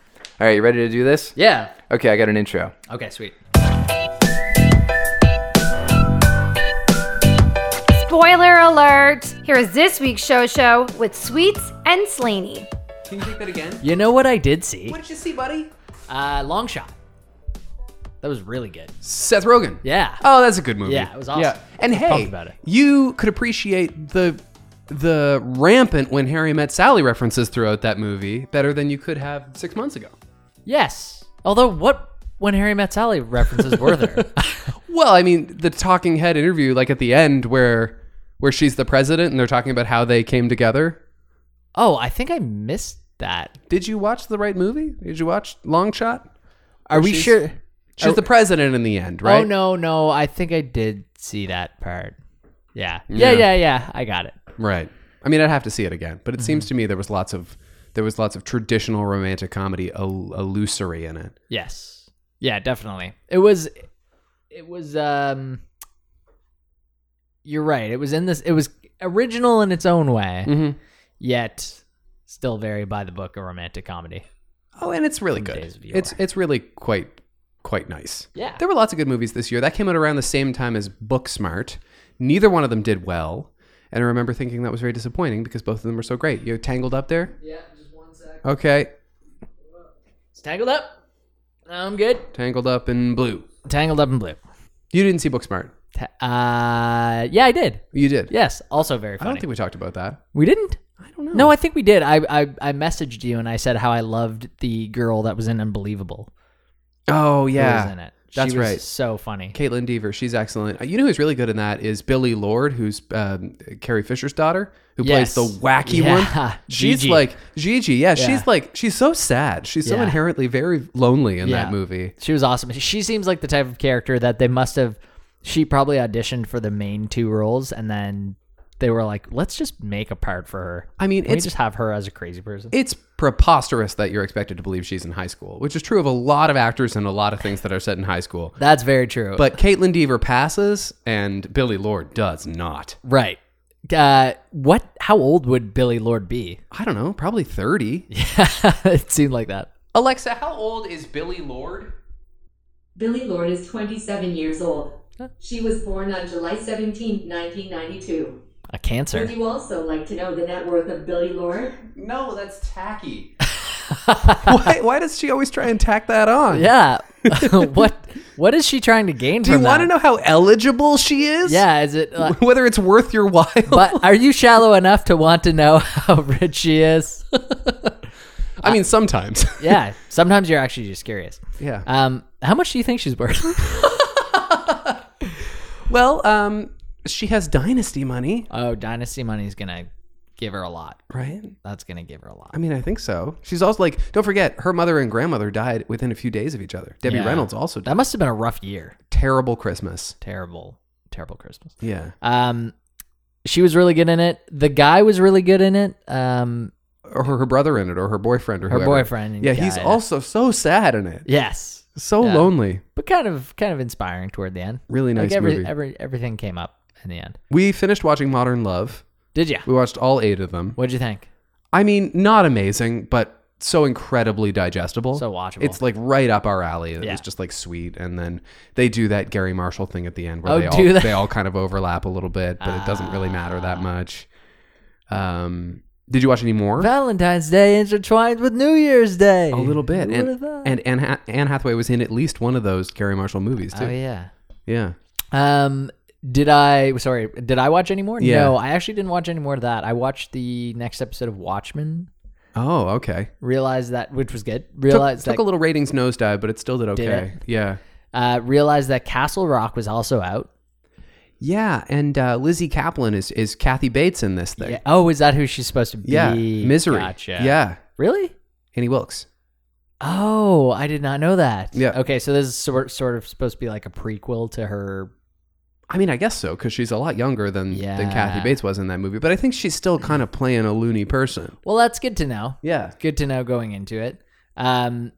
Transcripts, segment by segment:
All right, you ready to do this? Yeah. Okay, I got an intro. Okay, sweet. Spoiler alert! Here is this week's show show with Sweets and Slaney. Can you take that again? You know what I did see? What did you see, buddy? Uh, long shot. That was really good. Seth Rogen. Yeah. Oh, that's a good movie. Yeah, it was awesome. And I was pumped hey, about it. you could appreciate the the rampant when Harry met Sally references throughout that movie better than you could have six months ago. Yes. Although, what when Harry Met Sally references were there? Well, I mean, the talking head interview, like at the end where where she's the president and they're talking about how they came together. oh, I think I missed that. Did you watch the right movie? Did you watch Long Shot? Are we She's- sure? She's Are- the president in the end, right? Oh no, no. I think I did see that part. Yeah. Yeah, yeah, yeah. I got it. Right. I mean, I'd have to see it again, Mm-hmm. but it seems to me there was lots of there was lots of traditional romantic comedy el- illusory in it. Yes. Yeah, definitely. It was it was um You're right. It was in this it was original in its own way, Mm-hmm. yet still very by the book a romantic comedy. Oh, and it's really Some good. days of yore. It's it's really quite quite nice. Yeah. There were lots of good movies this year. That came out around the same time as Booksmart. Neither one of them did well, and I remember thinking that was very disappointing because both of them were so great. You're tangled up there. Yeah, just one sec. Okay, It's tangled up. I'm good. tangled up in blue. Tangled up in blue. You didn't see Booksmart. Ta- uh yeah, I did. You did. Yes, also very I funny. don't think we talked about that. we didn't. I don't know. No, I think we did. I, I I messaged you and I said how I loved the girl that was in Unbelievable. Oh who was yeah. in it. She That's was right. So funny. Caitlin Deaver, she's excellent. Uh, You know who's really good in that is Billy Lord, who's um, Carrie Fisher's daughter, who Yes. plays the wacky Yeah, one. She's Gigi. like Gigi. Yeah, Yeah. she's like she's so sad. She's so Yeah. inherently very lonely in Yeah. that movie. She was awesome. She seems like the type of character that they must have. She probably auditioned for the main two roles, and then they were like, "Let's just make a part for her." I mean, Can we it's just have her as a crazy person. it's preposterous that you're expected to believe she's in high school, which is true of a lot of actors and a lot of things that are set in high school. That's very true. But Caitlin Deaver passes, and Billy Lord does not. right, uh, what? How old would Billy Lord be? I don't know, probably thirty. Yeah, it seemed like that. Alexa, how old is Billy Lord? Billy Lord is 27 years old. She was born on July 17, 1992. A cancer. Would you also like to know the net worth of Billy Lord? No, that's tacky. why, why does she always try and tack that on? yeah. what? What is she trying to gain Do you from that? want to know how eligible she is? Yeah. Is it? uh, Whether it's worth your while. but are you shallow enough to want to know how rich she is? I mean, sometimes. yeah. Sometimes you're actually just curious. yeah. Um, how much do you think she's worth? well, um, she has dynasty money, oh, Dynasty Money's gonna give her a lot. right? That's gonna give her a lot. I mean, I think so. She's also like, don't forget, her mother and grandmother died within a few days of each other. Debbie Yeah. Reynolds also died. That must have been a rough year. Terrible Christmas. Terrible, terrible Christmas. Yeah. Um, she was really good in it. The guy was really good in it. Um, Or her, her brother in it, or her boyfriend, or her whoever. boyfriend. Yeah, he's guy. also so sad in it. yes, So Yeah. lonely. but kind of kind of inspiring toward the end. Really nice like every, movie. every everything came up in the end. We finished watching Modern Love. Did you? We watched all eight of them. What'd you think? I mean, not amazing, but so incredibly digestible. So watchable. It's like right up our alley. It Yeah. was just like sweet. And then they do that Gary Marshall thing at the end where Oh, they, all, do Ah. they? they? all kind of overlap a little bit, but it doesn't really matter that much. Um, did you watch any more? Valentine's Day intertwined with New Year's Day. a little bit. Who would've And, thought? and Anne, ha- Anne Hathaway was in at least one of those Gary Marshall movies, too. oh yeah. yeah. Um, did I? Sorry, did I watch any more? Yeah. No, I actually didn't watch any more of that. I watched the next episode of Watchmen. Oh, okay. Realized that, which was good. Took, Realized took that, a little ratings nosedive, but it still did okay. Did Yeah. uh, realized that Castle Rock was also out. Yeah, and uh, Lizzie Kaplan is is Kathy Bates in this thing. Yeah. Oh, is that who she's supposed to be? Yeah, Misery. Gotcha. Yeah, Really? Annie Wilkes. Oh, I did not know that. Yeah. Okay, so this is sort sort of supposed to be like a prequel to her. I mean, I guess so because she's a lot younger than than Kathy Yeah. Bates was in that movie. But I think she's still kind of playing a loony person. Well, that's good to know. Yeah. Good to know going into it. Um,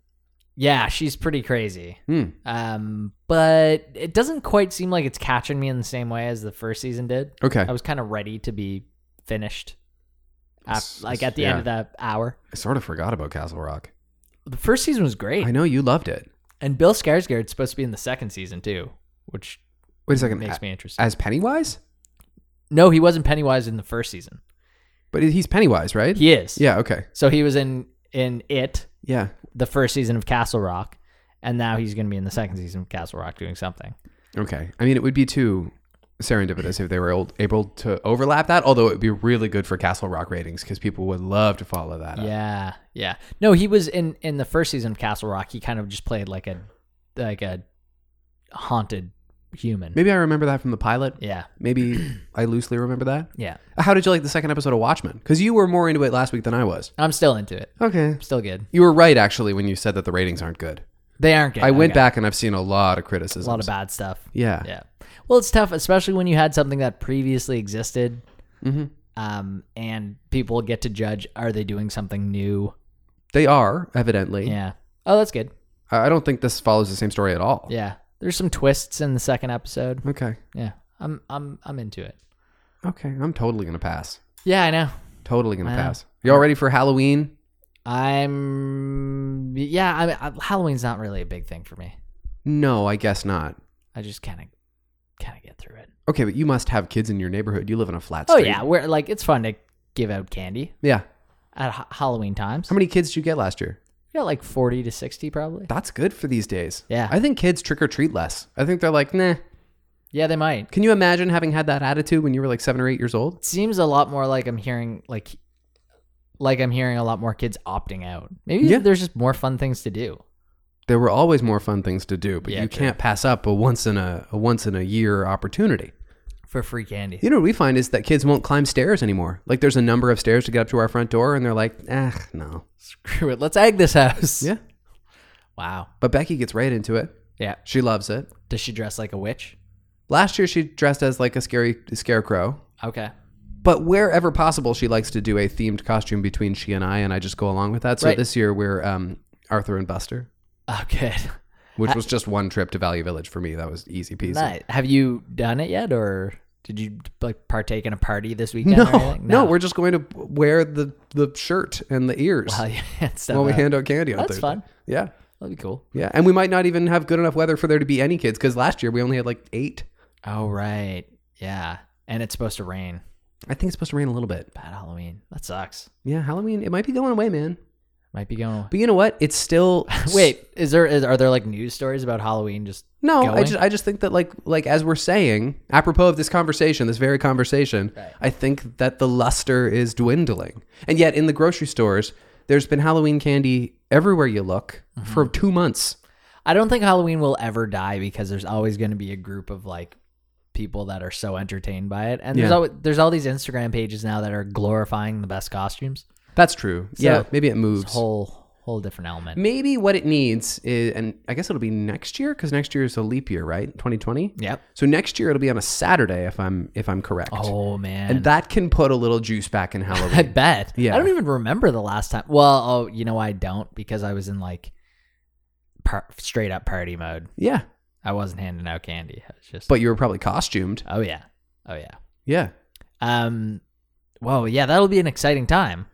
yeah, she's pretty crazy. Hmm. Um, but it doesn't quite seem like it's catching me in the same way as the first season did. Okay. I was kind of ready to be finished, af- S- like at the end yeah. of that hour. I sort of forgot about Castle Rock. the first season was great, I know you loved it. and Bill Skarsgård's supposed to be in the second season too, which Wait a second. makes a- me interested. as Pennywise? no, he wasn't Pennywise in the first season. But he's Pennywise, right? He is. Yeah, okay. So he was in in it Yeah. the first season of Castle Rock, and now he's going to be in the second season of Castle Rock doing something. Okay. I mean, it would be too serendipitous if they were old, able to overlap that, although it would be really good for Castle Rock ratings because people would love to follow that up. Yeah, yeah. No, he was in in the first season of Castle Rock. He kind of just played like a like a haunted human. Maybe I remember that from the pilot. Yeah, Maybe I loosely remember that. yeah. How did you like the second episode of Watchmen? Because you were more into it last week than I was. I'm still into it. Okay. Still good. You were right, actually, when you said that the ratings aren't good. They aren't good. I went Okay. back and I've seen a lot of criticisms. a lot of bad stuff. Yeah. Yeah. Well, it's tough, especially when you had something that previously existed, Mhm. um, and people get to judge: are they doing something new? They are, evidently. Yeah. Oh, that's good. I I don't think this follows the same story at all. Yeah. There's some twists in the second episode. Okay. Yeah. I'm I'm I'm into it. Okay. I'm totally going to pass. Yeah, I know. Totally going to Wow. pass. Y'all ready for Halloween? I'm yeah. I, mean, I Halloween's not really a big thing for me. No, I guess not. I just kind of kind of get through it. Okay, but you must have kids in your neighborhood. You live in a flat Oh street. yeah, we're like it's fun to give out candy Yeah. at ha- Halloween times. How many kids did you get last year? We got like forty to sixty probably. That's good for these days. Yeah. I think kids trick or treat less. I think they're like, nah. Yeah, they might. Can you imagine having had that attitude when you were like seven or eight years old? It seems a lot more like I'm hearing like like I'm hearing a lot more kids opting out. Maybe Yeah. there's just more fun things to do. There were always more fun things to do, but Yeah, you true. can't pass up a once in a, a once in a year opportunity. For free candy. You know what we find is that kids won't climb stairs anymore. Like there's a number of stairs to get up to our front door, and they're like, ah, no. Screw it. Let's egg this house. Yeah. Wow. But Becky gets right into it. Yeah. She loves it. Does she dress like a witch? Last year she dressed as like a scary scarecrow. Okay. But wherever possible, she likes to do a themed costume between she and I, and I just go along with that. So Right. this year we're um, Arthur and Buster, Oh, good. which was just one trip to Value Village for me. That was easy peasy. Nice. Have you done it yet, or did you like partake in a party this weekend? No, or anything? no, we're just going to wear the the shirt and the ears well, Oh, yeah, it's while not we bad. hand out candy. On That's Thursday. fun. Yeah, That'd be cool. yeah, and we might not even have good enough weather for there to be any kids because last year we only had like eight. Oh right, yeah. And it's supposed to rain. I think it's supposed to rain a little bit. Bad Halloween. That sucks. Yeah, Halloween it might be going away, man. Might be going. But you know what? It's still Wait, is there is, are there like news stories about Halloween? Just No, I going? just I just think that like like as we're saying, apropos of this conversation, this very conversation, I think that the luster is dwindling. And yet in the grocery stores, there's been Halloween candy everywhere you look for 2 months. I don't think Halloween will ever die because there's always going to be a group of like people that are so entertained by it, and there's Yeah. all there's all these Instagram pages now that are glorifying the best costumes. That's true. yeah, maybe it It's a moves. whole whole different element. maybe what it needs is and I guess it'll be next year cuz next year is a leap year, right? 2020. Yep. So next year it'll be on a Saturday if I'm if I'm correct. Oh man. and that can put a little juice back in Halloween. I bet. Yeah. I don't even remember the last time. Well, oh, you know, I don't because I was in like par- straight up party mode. yeah, I wasn't handing out candy. I was just. but you were probably costumed. oh yeah, oh yeah. Yeah. Um, whoa, yeah, that'll be an exciting time.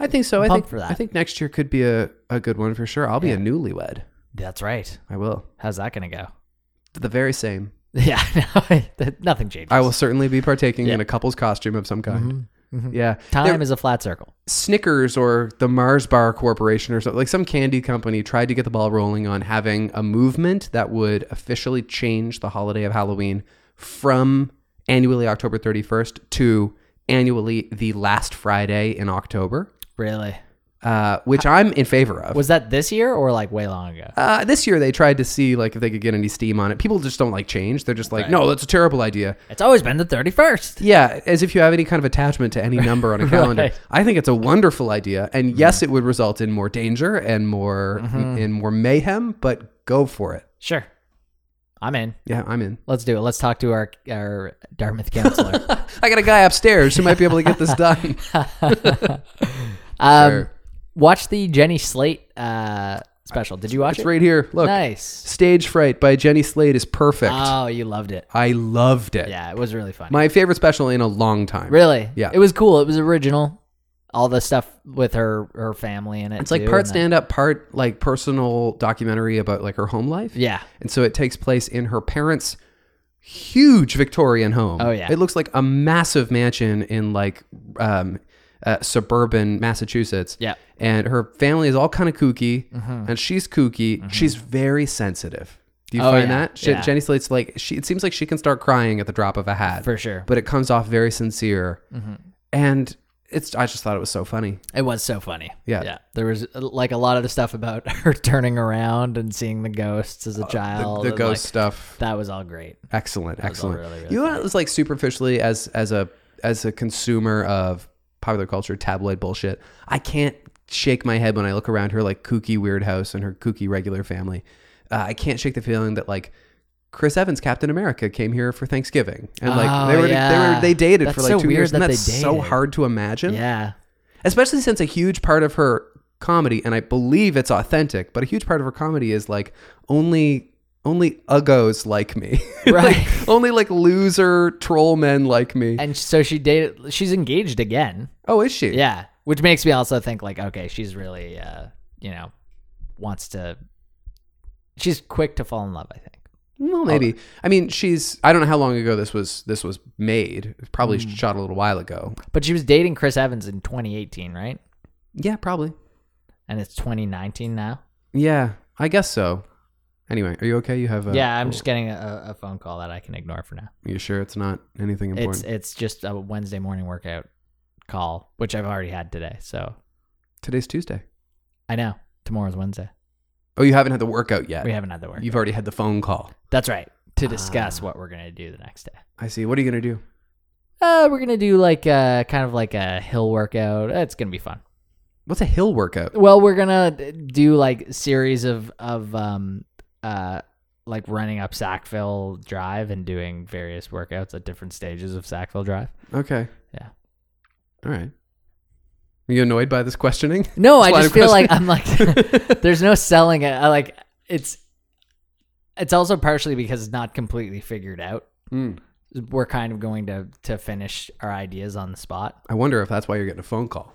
I think so. I'm I think pumped for that. I think next year could be a, a good one for sure. I'll be a newlywed. That's right. I will. How's that gonna go? The very same. Yeah, no, that- nothing changes. I will certainly be partaking in Yeah. a couple's costume of some kind. mhm. Yeah. Time There- is a flat circle. Snickers or the Mars Bar Corporation or something like some candy company tried to get the ball rolling on having a movement that would officially change the holiday of Halloween from annually October 31st to annually the last Friday in October, Really? uh, which I'm in favor of. Was that this year or like way long ago? Uh, this year they tried to see like if they could get any steam on it. People just don't like change. They're just like, no, that's a terrible idea. It's always been the thirty first. Yeah, as if you have any kind of attachment to any number on a calendar. I think it's a wonderful idea, and Mm-hmm. yes, it would result in more danger and more in more mayhem. But go for it. Sure, I'm in. Yeah, I'm in. Let's do it. Let's talk to our our Dartmouth counselor. I got a guy upstairs who might be able to get this done. Um, Sure. Watch the Jenny Slate uh, special. Did you watch It's it? right here. Look, Nice. Stage Fright by Jenny Slade is perfect. Oh, you loved it. I loved it. Yeah, it was really fun. My favorite special in a long time. really? Yeah. It was cool. It was original. all the stuff with her her family in it. It's like too, part and then- stand up, part like personal documentary about like her home life. Yeah, And so it takes place in her parents' huge Victorian home. Oh, yeah. It looks like a massive mansion in like um, uh, suburban Massachusetts. Yeah. Mm-hmm. And her family is all kind of kooky, and she's kooky. She's very sensitive. Do you Oh, find yeah, that? She, yeah. Jenny Slate's like she. It seems like she can start crying at the drop of a hat, for sure. Mm-hmm. but it comes off very sincere, and it's. I just thought it was so funny. It was so funny. Yeah. yeah. There was uh, like a lot of the stuff about her turning around and seeing the ghosts as a child. Uh, the and, ghost like, stuff. That was all great. Excellent, was all excellent. really, really you know, what it was like superficially as as a as a consumer of popular culture tabloid bullshit. I can't shake my head when I look around her like kooky weird house and her kooky regular family. Uh, I can't shake the feeling that like Chris Evans, Captain America, came here for Thanksgiving, and like Oh, they were they yeah. were they dated for That's like so two weird years, and that they that's so dated. hard to imagine. Yeah. Especially since a huge part of her comedy, and I believe it's authentic, but a huge part of her comedy is like only only uggos like me. Right. like, only like loser troll men like me. And so she dated. She's engaged again. oh, is she? Yeah, which makes me also think like, okay, she's really, uh, you know, wants to. She's quick to fall in love. I think. Well, maybe. I mean, she's I don't know how long ago this was this was made. Probably Hmm. shot a little while ago. But she was dating Chris Evans in 2018, right? Yeah, probably. And it's 2019 now. Yeah, I guess so. Anyway, are you okay? You have a Oh, yeah, I'm just getting a, a phone call that I can ignore for now. You sure it's not anything It's important? it's just a Wednesday morning workout call, which I've already had today. So Today's Tuesday. I know tomorrow's Wednesday. Oh, you haven't had the workout yet. We haven't had the work. You've already had the phone call. That's right. To discuss what we're gonna do the next day. I see. What are you gonna do? Uh, we're gonna do like a kind of like a hill workout. It's gonna be fun. What's a hill workout? Well, we're gonna do like series of of um uh like running up Sackville Drive and doing various workouts at different stages of Sackville Drive. Okay. Yeah. All right. Are you annoyed by this questioning? No, That's I why just I'm feel like I'm like there's no selling it. I like it's it's also partially because it's not completely figured out. Mm. We're kind of going to to finish our ideas on the spot. I wonder if that's why you're getting a phone call.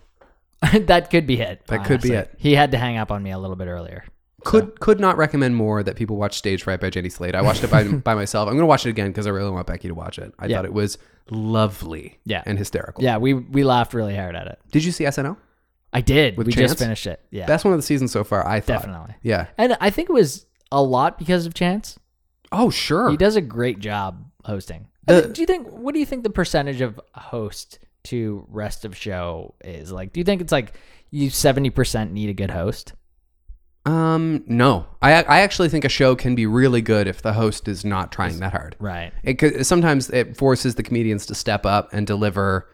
that could be it. That could be honestly. it. He had to hang up on me a little bit earlier. Could could not recommend more that people watch Stage Fright by Jenny Slate. I watched it by, by myself. I'm gonna watch it again because I really want Becky to watch it. I Yeah. thought it was lovely Yeah. and hysterical. Yeah, we we laughed really hard at it. Did you see SNL? I did. With we Chance? just finished it. Yeah. Best one of the season so far, I thought. Definitely. Yeah. And I think it was a lot because of Chance. Oh sure. He does a great job hosting. The- do you think what do you think the percentage of host to rest of show is? Like do you think it's like you 70% need a good host? Um no. I I actually think a show can be really good if the host is not trying that hard. Right. It could, sometimes it forces the comedians to step up and deliver.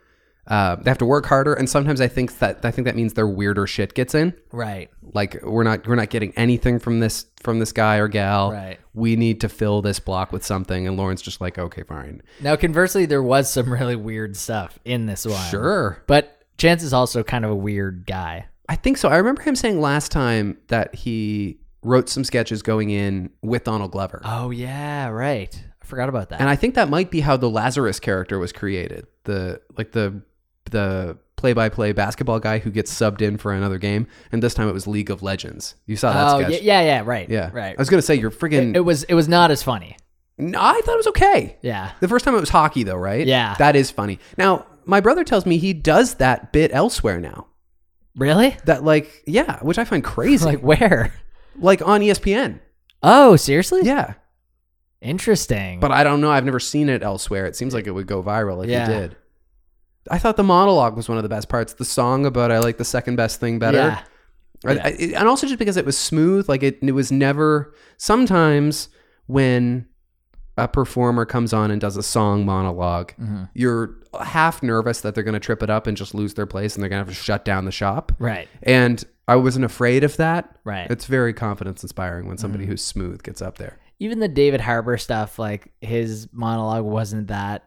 Uh, they have to work harder, and sometimes I think that I think that means their weirder shit gets in. Right. Like we're not we're not getting anything from this from this guy or gal. Right. We need to fill this block with something, and Lauren's just like, okay, fine, Now conversely there was some really weird stuff in this one. sure. But Chance is also kind of a weird guy. I think so. I remember him saying last time that he wrote some sketches going in with Donald Glover, Oh yeah, right. I forgot about that. and I think that might be how the Lazarus character was created. The like the the play by play basketball guy who gets subbed in for another game, and this time it was League of Legends. You saw that oh yeah, sketch, yeah, yeah, right. Yeah. Right. I was gonna say you're friggin'. it was it was not as funny. no, I thought it was okay. Yeah. The first time it was hockey though, right? Yeah. that is funny. Now my brother tells me he does that bit elsewhere now. Really? That like yeah, which I find crazy. Like like, where? on E ESPN. Oh, seriously? Yeah, Interesting. but I don't know. I've never seen it elsewhere. It seems like it would go viral if Yeah. he did. I thought the monologue was one of the best parts. The song about I like the second best thing better. Yeah. I- Yeah. I- it- and also just because it was smooth like it, it was never sometimes when a performer comes on and does a song monologue Mm-hmm. you're half nervous that they're going to trip it up and just lose their place and they're going to have to shut down the shop Right. and i wasn't afraid of that Right. it's very confidence inspiring when somebody who's smooth gets up there Even the David Harbour stuff, like his monologue wasn't that.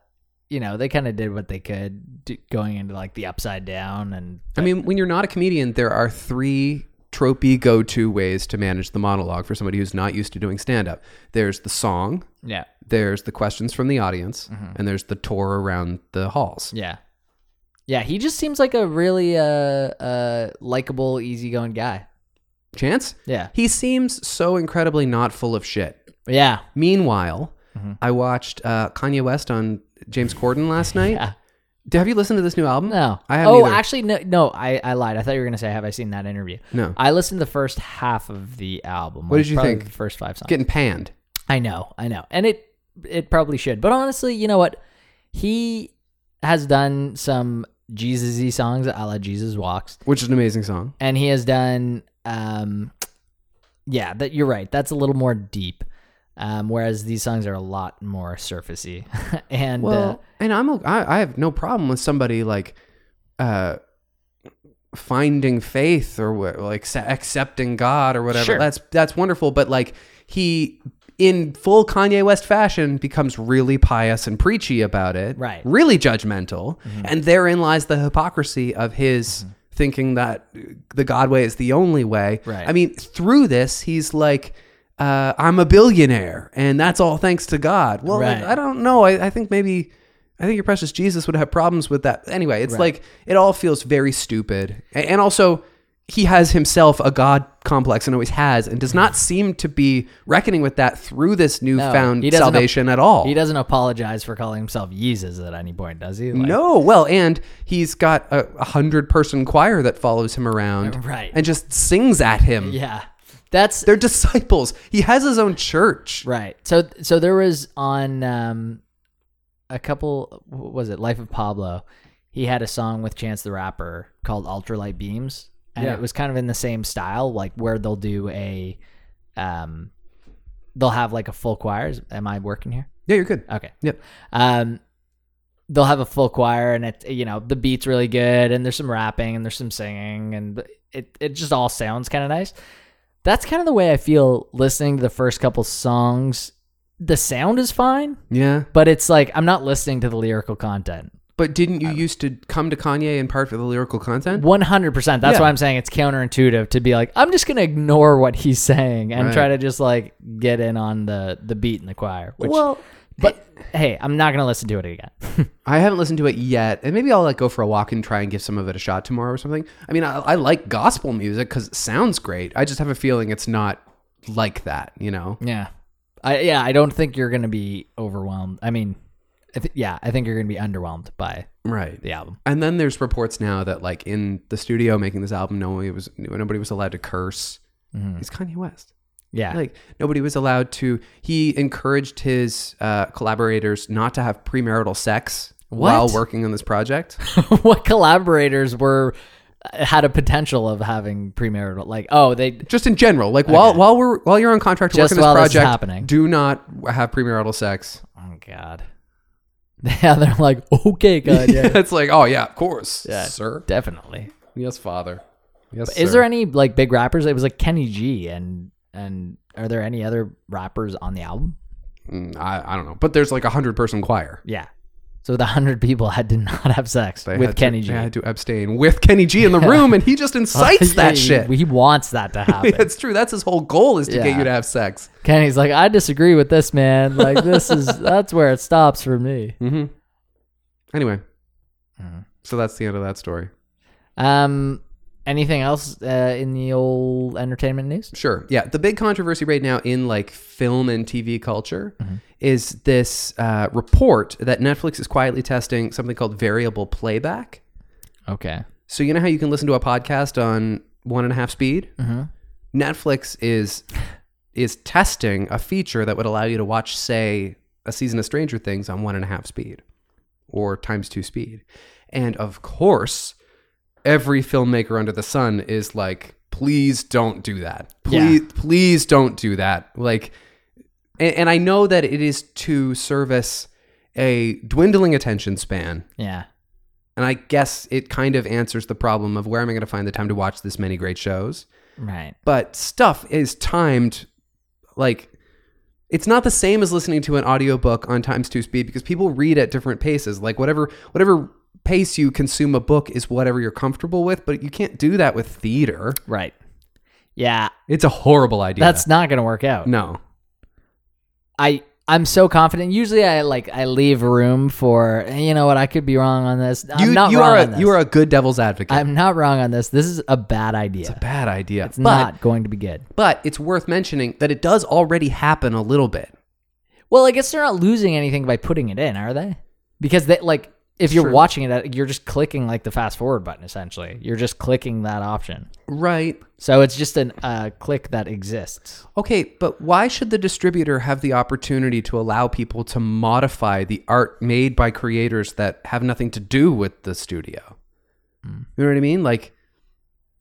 You know, they kind of did what they could do, going into like the upside down and i mean when you're not a comedian there are three tropey go-to ways to manage the monologue for somebody who's not used to doing stand-up there's the song yeah, there's the questions from the audience and there's the tour around the halls. yeah, Yeah, he just seems like a really uh uh likable, easygoing guy. Chance? Yeah. He seems so incredibly not full of shit. Yeah. Meanwhile, Mm-hmm. I watched uh, Kanye West on James Corden last night. Yeah. D- Have you listened to this new album? No. I haven't oh, either. actually, no. No, I, I lied. I thought you were gonna say, "Have I seen that interview?" No. I listened to the first half of the album. What like, did you probably think? The first five songs. Getting panned. I know, I know, and it it probably should. But honestly, you know what? He has done some Jesus-y songs, a la Jesus Walks, Which is an amazing song. and he has done, um, yeah, that you're right. That's a little more deep. Um, whereas these songs are a lot more surfacey, and Well, uh, and I'm o- I, I have no problem with somebody like uh finding faith or what like sa- accepting God or whatever. Sure. That's that's wonderful, but like he in full Kanye West fashion becomes really pious and preachy about it. Right. Mm-hmm. Really judgmental. And therein lies the hypocrisy of his thinking that the God way is the only way. Right. I mean, through this he's like uh, I'm a billionaire, and that's all thanks to God. Well, like, Right. I don't know. I, I think maybe I think your precious Jesus would have problems with that. Anyway, it's like it all feels very stupid. A- And also he has himself a god complex and always has and does not seem to be reckoning with that through this newfound he doesn't ap- salvation at all. he doesn't apologize for calling himself Jesus at any point, does he? Like, no, well, and he's got a, a hundred person choir that follows him around Right. and just sings at him. Yeah, that's They're disciples. He has his own church. Right. So so there was on um a couple what was it Life of Pablo. He had a song with Chance the Rapper called Ultralight Beams and Yeah. it was kind of in the same style like where they'll do a um they'll have like a full choir. Is- Am I working here? Yeah, you're good. Okay. Yep. Um they'll have a full choir and it you know the beat's really good and there's some rapping and there's some singing and it it just all sounds kind of nice. That's kind of the way I feel listening to the first couple songs. The sound is fine, Yeah. but it's like I'm not listening to the lyrical content. But didn't you used to come to Kanye in part for the lyrical content? 100%. That's Yeah. why I'm saying it's counterintuitive to be like I'm just going to ignore what he's saying and Right. try to just like get in on the the beat in the choir, which well, but hey, I'm not going to listen to it again. I haven't listened to it yet, and maybe I'll like go for a walk and try and give some of it a shot tomorrow or something. I mean, I, I like gospel music because it sounds great. I just have a feeling it's not like that, you know. Yeah. I yeah, I don't think you're going to be overwhelmed. I mean, I th- yeah, I think you're going to be underwhelmed by Right. the album. And then there's reports now that like in the studio making this album, nobody was nobody was allowed to curse. It's Kanye West. Yeah. Like nobody was allowed to. He encouraged his uh, collaborators not to have premarital sex while What? working on this project. what collaborators were uh, had a potential of having premarital like oh, they just in general like while while we're while you're on contract to Just work on while this this is project happening. do not have premarital sex Oh god. Yeah, they're like, "Okay, god, Uh, yeah. it's like oh yeah of course sir Definitely. yes father yes Is sir. there any like big rappers? It was like Kenny G and and are there any other rappers on the album? Mm, I, I don't know but there's like a hundred person choir Yeah. So the 100 people had to not have sex They with had Kenny to, G. Oh, they had to abstain with kenny g in the room and he just incites Yeah, that shit He, he wants that to happen. that's true that's his whole goal is to Yeah. get you to have sex Kenny's like, I disagree with this man. Like this is that's where it stops for me. mm-hmm. anyway Mm-hmm. so that's the end of that story Um, anything else uh, in the old entertainment news? Sure. Yeah. The big controversy right now in like film and TV culture is this uh, report that Netflix is quietly testing something called variable playback. Okay. So, you know how you can listen to a podcast on one and a half speed? Mhm. Netflix is is testing a feature that would allow you to watch, say, a season of Stranger Things on one and a half speed or times two speed. And of course, every filmmaker under the sun is like, please don't do that. Please, please don't do that. Like, and, and I know that it is to service a dwindling attention span. Yeah. And I guess it kind of answers the problem of where am I going to find the time to watch this many great shows? Right. but stuff is timed like it's not the same as listening to an audiobook on times 2 speed because people read at different paces like whatever whatever pace you consume a book is whatever you're comfortable with but you can't do that with theater Right. Yeah. it's a horrible idea That's not gonna work out. no I I'm so confident. Usually, I like I leave room for "Hey, you know what I could be wrong on this. I'm you not you wrong are on a, this. you are a good devil's advocate. I'm not wrong on this. This is a bad idea. It's, a bad idea. but, not going to be good. but it's worth mentioning that it does already happen a little bit. Well, I guess they're not losing anything by putting it in, are they? Because they like if you're True. watching it, you're just clicking like the fast forward button. Essentially, you're just clicking that option. Right. So it's just a uh, click that exists. Okay, but why should the distributor have the opportunity to allow people to modify the art made by creators that have nothing to do with the studio? You know what I mean? Like,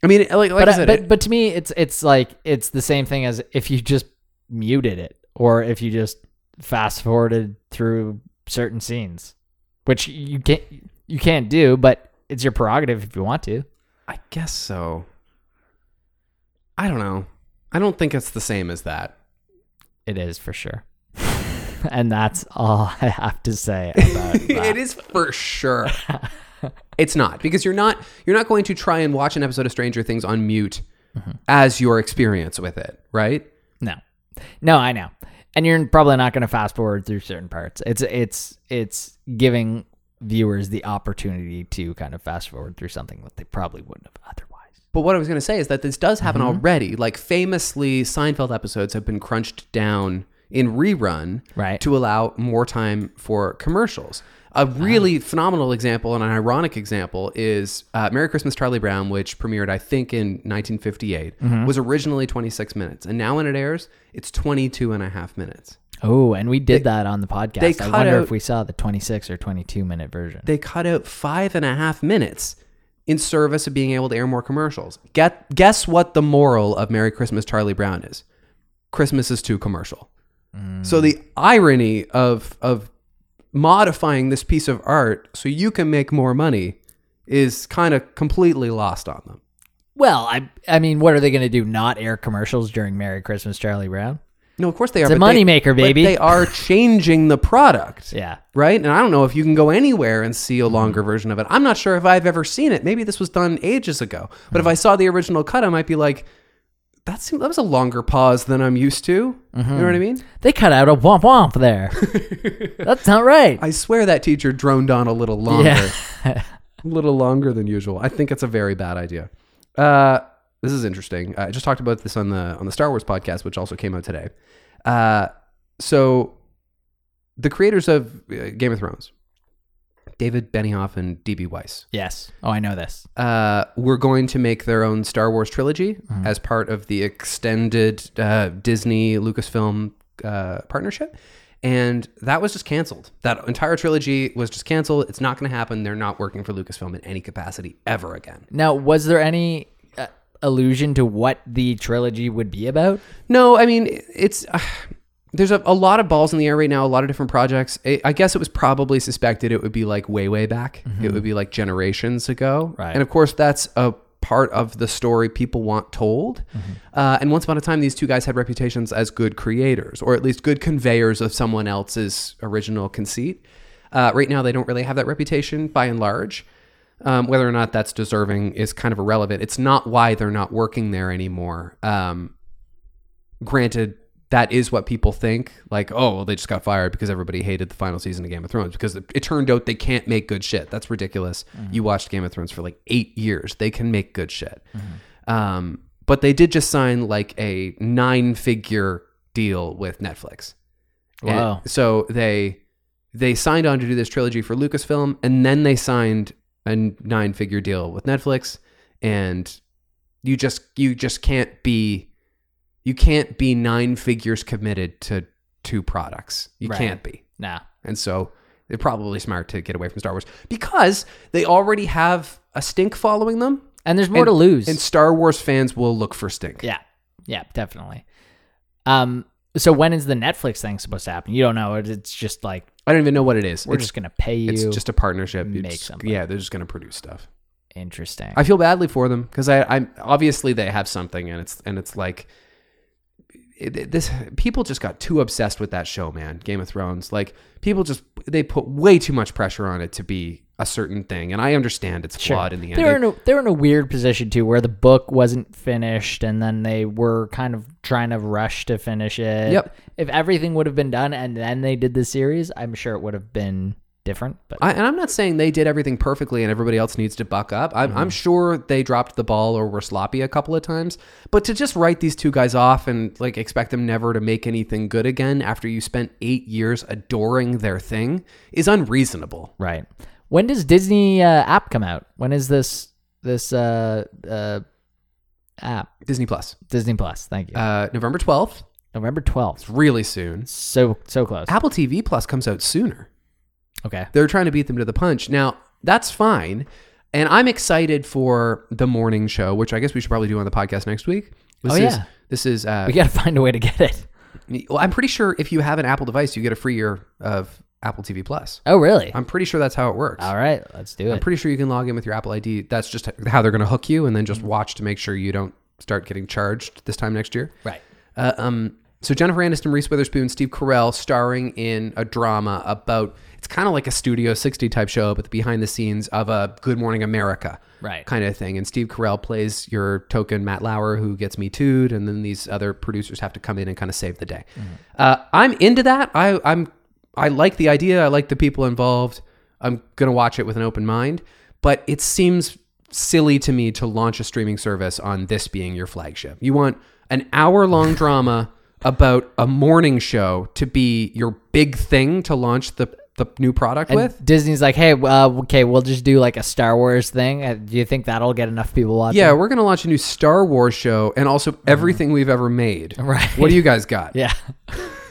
I mean, like, like but, Hmm. I I- said, but it- e- but to me, it's it's like it's the same thing as if you just muted it or if you just fast forwarded through certain scenes, which you can't you can't do, but it's your prerogative if you want to. I guess so. I don't know. I don't think it's the same as that. It is for sure. and that's all I have to say about it is for sure. it's not because you're not you're not going to try and watch an episode of Stranger Things on mute as your experience with it, right? No, no, I know, and you're probably not going to fast forward through certain parts. It's it's it's giving viewers the opportunity to kind of fast forward through something that they probably wouldn't have otherwise. But what I was going to say is that this does happen already. Like famously, Seinfeld episodes have been crunched down in rerun Right. to allow more time for commercials. A really phenomenal example and an ironic example is uh, Merry Christmas, Charlie Brown, which premiered, I think, in 1958, was originally 26 minutes. And now when it airs, it's 22 and a half minutes. Oh, and we did that on the podcast. they I cut wonder out- if we saw the 26 or 22 minute version. They cut out five and a half minutes in service of being able to air more commercials. Get, guess what the moral of Merry Christmas, Charlie Brown is? Christmas is too commercial. Mm. So the irony of of modifying this piece of art so you can make more money is kind of completely lost on them. well, I I mean, what are they going to do? Not air commercials during Merry Christmas, Charlie Brown? No, of course they are. It's a but they- moneymaker, but baby. They are changing the product. Yeah. Right? And I don't know if you can go anywhere and see a longer version of it. I'm not sure if I've ever seen it. Maybe this was done ages ago. But if I saw the original cut, I might be like, that seemed that was a longer pause than I'm used to. You know what I mean? They cut out a womp womp there. That's not right. I swear that teacher droned on a little longer. Yeah. a little longer than usual. I think it's a very bad idea. Uh, this is interesting. I just talked about this on the on the Star Wars podcast, which also came out today. Uh, so, the creators of uh, Game of Thrones, David Benioff and D.B. Weiss, yes. Oh, I know this. uh, were going to make their own Star Wars trilogy as part of the extended uh, Disney Lucasfilm uh, partnership. And that was just canceled. That entire trilogy was just canceled. It's not going to happen. They're not working for Lucasfilm in any capacity ever again. Now, was there any uh, allusion to what the trilogy would be about? No, I mean it's uh, there's a, a lot of balls in the air right now. A lot of different projects. I I guess it was probably suspected it would be like way way back. It would be like generations ago. Right. And of course that's a part of the story people want told. Uh, and once upon a time, these two guys had reputations as good creators, or at least good conveyors of someone else's original conceit. Uh, right now, they don't really have that reputation by and large. Um, whether or not that's deserving is kind of irrelevant. It's not why they're not working there anymore. Um, granted that is what people think like oh well they just got fired because everybody hated the final season of game of thrones because it turned out they can't make good shit that's ridiculous you watched game of thrones for like eight years they can make good shit um, but they did just sign like a nine figure deal with netflix And Wow. so they they signed on to do this trilogy for lucasfilm and then they signed a nine figure deal with netflix and you just you just can't be you can't be nine figures committed to two products. You Right. can't be. Nah. And so they're probably smart to get away from Star Wars because they already have a stink following them. And there's more And- to lose. And Star Wars fans will look for stink. yeah. Yeah, definitely. Um so when is the Netflix thing supposed to happen? You don't know. It- It's just like I don't even know what it is. we're it's, just going to pay you. it's just a partnership. You make just- something. yeah, they're just going to produce stuff. interesting. I feel badly for them because I, I'm obviously they have something, and it's and it's like it- it- this. People just got too obsessed with that show, man. Game of Thrones. Like people just they put way too much pressure on it to be a certain thing. And I understand it's flawed in the end. They were in a, they were in a weird position too, where the book wasn't finished, and then they were kind of trying to rush to finish it. Yep. If everything would have been done and then they did the series, I'm sure it would have been different. But I, and I'm not saying they did everything perfectly and everybody else needs to buck up. I'm, I'm sure they dropped the ball or were sloppy a couple of times. But to just write these two guys off and like expect them never to make anything good again after you spent eight years adoring their thing is unreasonable. right. When does Disney uh, app come out? When is this this uh, uh, app Disney Plus, Disney Plus? Thank you. uh, November 12th, November twelfth. really soon. So so close. Apple TV Plus comes out sooner. Okay. They're trying to beat them to the punch. Now, that's fine. And I'm excited for the morning show, which I guess we should probably do on the podcast next week. This Oh, is, yeah. This is uh, We gotta find a way to get it. Well, I'm pretty sure if you have an Apple device, you get a free year of Apple TV Plus. Oh really? I'm pretty sure that's how it works. All right, let's do I'm it. pretty sure you can log in with your Apple ID. That's just how they're going to hook you, and then Mm-hmm. just watch to make sure you don't start getting charged this time next year. right. Uh, um, so Jennifer Aniston, Reese Witherspoon, Steve Carell starring in a drama about it's kind of like a Studio 60 type show, but the behind the scenes of a Good Morning America Right. kind of thing. And Steve Carell plays your token Matt Lauer who gets me tooed, and then these other producers have to come in and kind of save the day. Uh, I'm into that. I, I'm I like the idea. I like the people involved. I'm gonna watch it with an open mind, but it seems silly to me to launch a streaming service on this being your flagship. You want an hour long drama about a morning show to be your big thing to launch the the new product And with. Disney's like, hey, uh, okay, we'll just do like a Star Wars thing. Uh, do you think that'll get enough people watching? Yeah, we're gonna launch a new Star Wars show and also everything we've ever made. Uh-huh. Right. What do you guys got? yeah.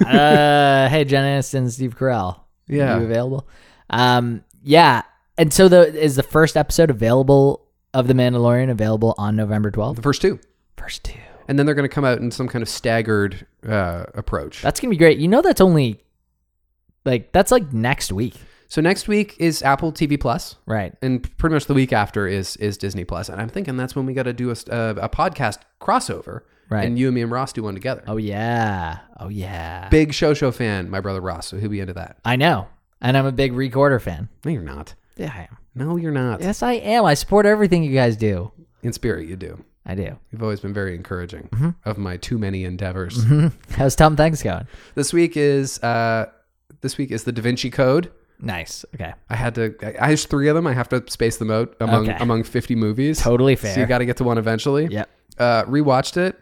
uh, hey, Jen Aniston, Steve Carell. Yeah. you available? Um, yeah. And so the is the first episode available of The Mandalorian available on November The twelfth. first two. First two. And then they're gonna come out in some kind of staggered uh, approach. That's gonna be great. You know, that's only like that's like next week, so next week is Apple TV Plus. right? and pretty much the week after is is Disney Plus, and I'm thinking that's when we got to do a, s- a- a podcast crossover, Right. And you and me and Ross do one together. Oh yeah. Oh yeah. Big show show fan, my brother Ross, so he'll be into that. I know, and I'm a big recorder fan. No, you're not. Yeah, I am. No, you're not. Yes, I am. I support everything you guys do. In spirit, you do. I do. You've always been very encouraging Mm-hmm. of my too many endeavors. How's Tom Thanks going? This week is uh, this week is the Da Vinci Code. Nice. Okay. I had to. I, I there's three of them. I have to space them out among Okay. among 50 movies. Totally So fair. you got to get to one eventually. Yep. Uh, rewatched it.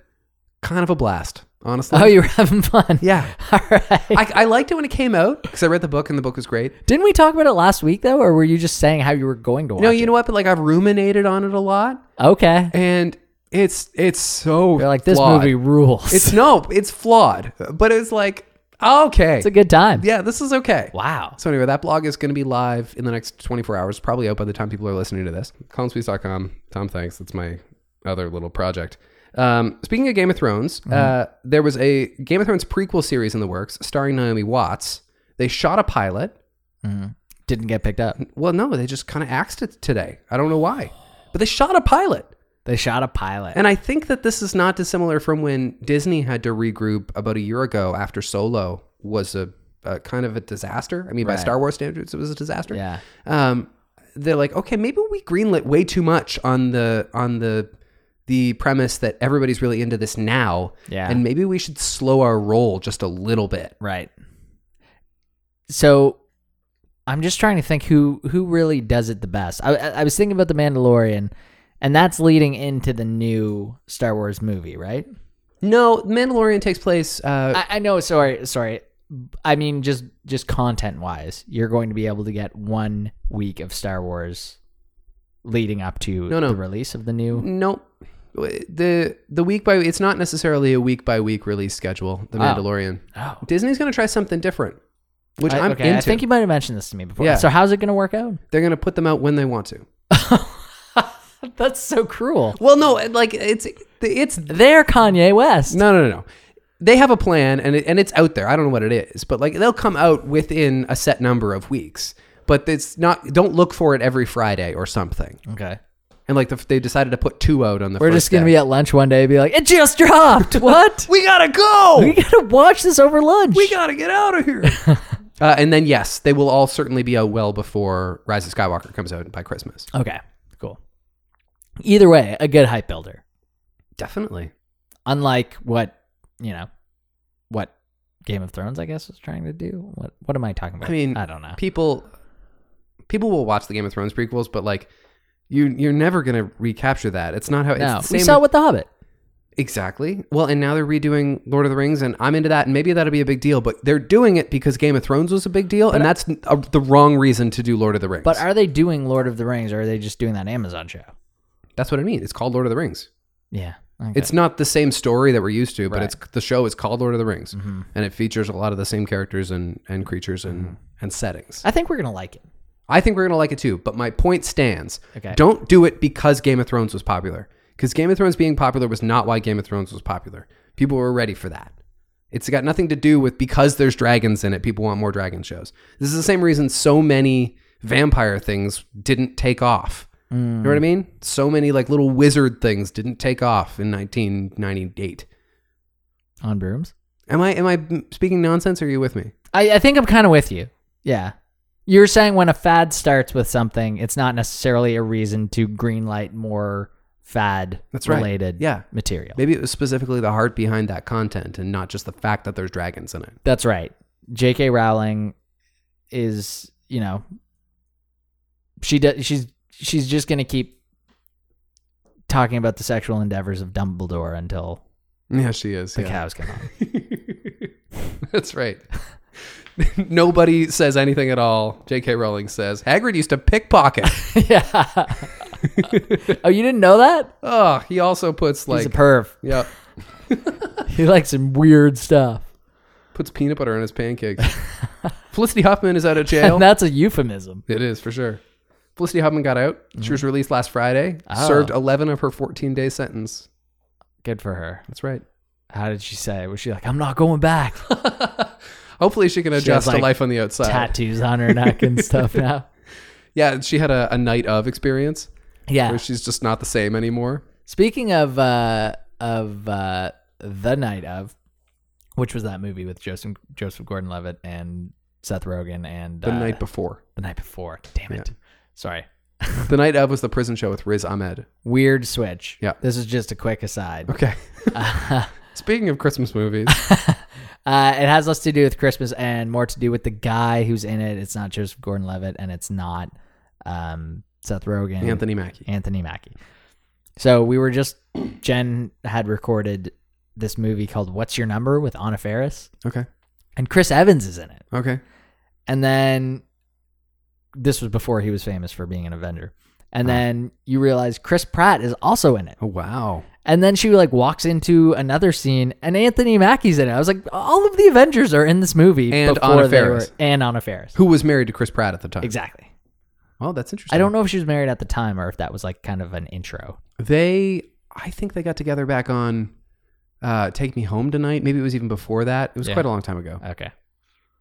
Kind of a blast, honestly. Oh, you were having fun. yeah. All right. I, I liked it when it came out because I read the book and the book was great. Didn't we talk about it last week though, or were you just saying how you were going to watch? No, you know what? But like I've ruminated on it a lot, it? Okay. and it's it's so You're like this flawed. movie rules. It's no, it's flawed, but it's like okay, It's a good time. yeah, this is okay. Wow. So anyway, that blog is going to be live in the next 24 hours, probably out by the time people are listening to this. ColinSpeeds.com. Tom, thanks. That's my other little project. Um, speaking of Game of Thrones, Mm-hmm. uh, there was a Game of Thrones prequel series in the works starring Naomi Watts. They shot a pilot. Didn't get picked up. Well, no, they just kind of axed it today. I don't know why, but they shot a pilot, They shot a pilot. and I think that this is not dissimilar from when Disney had to regroup about a year ago after Solo was a, a kind of a disaster. I mean, by Right. Star Wars standards, it was a disaster. yeah. Um, they're like, okay, maybe we greenlit way too much on the on the the premise that everybody's really into this now, Yeah. and maybe we should slow our roll just a little bit. Right. So I'm just trying to think who who really does it the best. I I I was thinking about the Mandalorian and that's leading into the new Star Wars movie, right? No, Mandalorian takes place. Uh, I, I know. Sorry, sorry. I mean, just just content wise, you're going to be able to get one week of Star Wars leading up to No, no. the release of the new. Nope. The the week by it's not necessarily a week by week release schedule. The Oh. Mandalorian. Oh, Disney's going to try something different, which I, I, am okay. into. I think you might have mentioned this to me before. Yeah. So how's it going to work out? They're going to put them out when they want to. That's so cruel. Well, no, like it's it's There, Kanye West. No, no, no, no. They have a plan, and it, and it's out there. I don't know what it is, but like they'll come out within a set number of weeks. But it's not. Don't look for it every Friday or something. Okay. And like the, they decided to put two out on the. We're first just gonna day. be at lunch one day and be like, it just dropped. What? We gotta go. we gotta watch this over lunch. we gotta get out of here. Uh, and then, yes, they will all certainly be out well before Rise of Skywalker comes out by Christmas. Okay, cool. Either way, a good hype builder. Definitely. Unlike what you know, what Game of Thrones, I guess, was trying to do. What What am I talking about? I mean, I don't know. People people will watch the Game of Thrones prequels, but like you you're never gonna recapture that. It's not how it's No, the we same saw it with the Hobbit. Exactly. Well, and now they're redoing Lord of the Rings, and I'm into that, and maybe that'll be a big deal. But they're doing it because Game of Thrones was a big deal, and that's n- a, the wrong reason to do Lord of the Rings. But are they doing Lord of the Rings, or are they just doing that Amazon show? that's what I mean. It's called Lord of the Rings. Yeah, okay. It's not the same story that we're used to, but Right. Mm-hmm. it's the show is called Lord of the Rings, and it features a lot of the same characters and and creatures and Mm-hmm. and settings. I think we're gonna like it. I think we're gonna like it too. But my point stands. Okay. Don't do it because Game of Thrones was popular. Because Game of Thrones being popular was not why Game of Thrones was popular. People were ready for that. It's got nothing to do with because there's dragons in it. People want more dragon shows. This is the same reason so many vampire things didn't take off. You know what I mean? So many like little wizard things didn't take off in 1998. On brooms. Am I am I speaking nonsense? Or are you with me? I, I think I'm kind of with you. Yeah. You're saying when a fad starts with something, it's not necessarily a reason to greenlight more fad That's right. related Yeah. material. Maybe it was specifically the heart behind that content and not just the fact that there's dragons in it. That's right. J.K. Rowling is, you know, she does she's she's just going to keep talking about the sexual endeavors of Dumbledore until Yeah, she is. the yeah. cows come home. That's right. Nobody says anything at all. J.K. Rowling says Hagrid used to pickpocket. yeah. oh, you didn't know that? oh, he also puts He's a like perv. yeah, He likes some weird stuff. puts peanut butter on his pancakes. Felicity Huffman is out of jail. And that's a euphemism. it is for sure. Felicity Huffman got out. Mm-hmm. She was released last Friday. Oh. Served eleven of her fourteen day sentence. Good for her. That's right. How did she say? Was she like, I'm not going back? Uh, Hopefully, she can has, adjust like, to life on the outside. Tattoos on her neck and stuff now. yeah, she had a, a night of experience Yeah. where she's just not the same anymore. Speaking of uh of uh the night of, which was that movie with Joseph Joseph Gordon Levitt and Seth Rogen and The uh, night before, the night before. Damn it. Yeah. Sorry. the night of was the prison show with Riz Ahmed. Weird switch. Yeah. This is just a quick aside. Okay. Speaking of Christmas movies, Uh, it has less to do with Christmas and more to do with the guy who's in it. It's not Joseph Gordon Levitt and it's not um, Seth Rogen. Anthony Mackie. Anthony Mackie. So we were just Jen had recorded this movie called What's Your Number with Anna Faris Okay. and Chris Evans is in it. Okay. And then this was before he was famous for being an Avenger. And Uh-huh. then you realize Chris Pratt is also in it. Oh wow. And then she like walks into another scene and Anthony Mackie's in it. I was like, all of the Avengers are in this movie. And before Anna they Faris. were- and Anna Faris. Who was married to Chris Pratt at the time? Exactly. Oh, that's interesting. I don't know if she was married at the time or if that was like kind of an intro. They I think they got together back on uh Take Me Home Tonight. Maybe it was even before that. It was Yeah. quite a long time ago. Okay.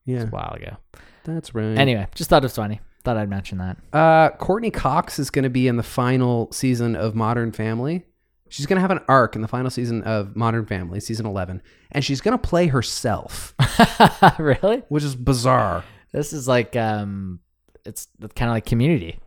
yeah. A while ago. That's right. Anyway, just thought it was funny. Thought I'd mention that. Uh Courtney Cox is gonna be in the final season of Modern Family. She's gonna have an arc in the final season of Modern Family, season eleven, and she's gonna play herself, really? which is bizarre. This is like um it's kind of like community.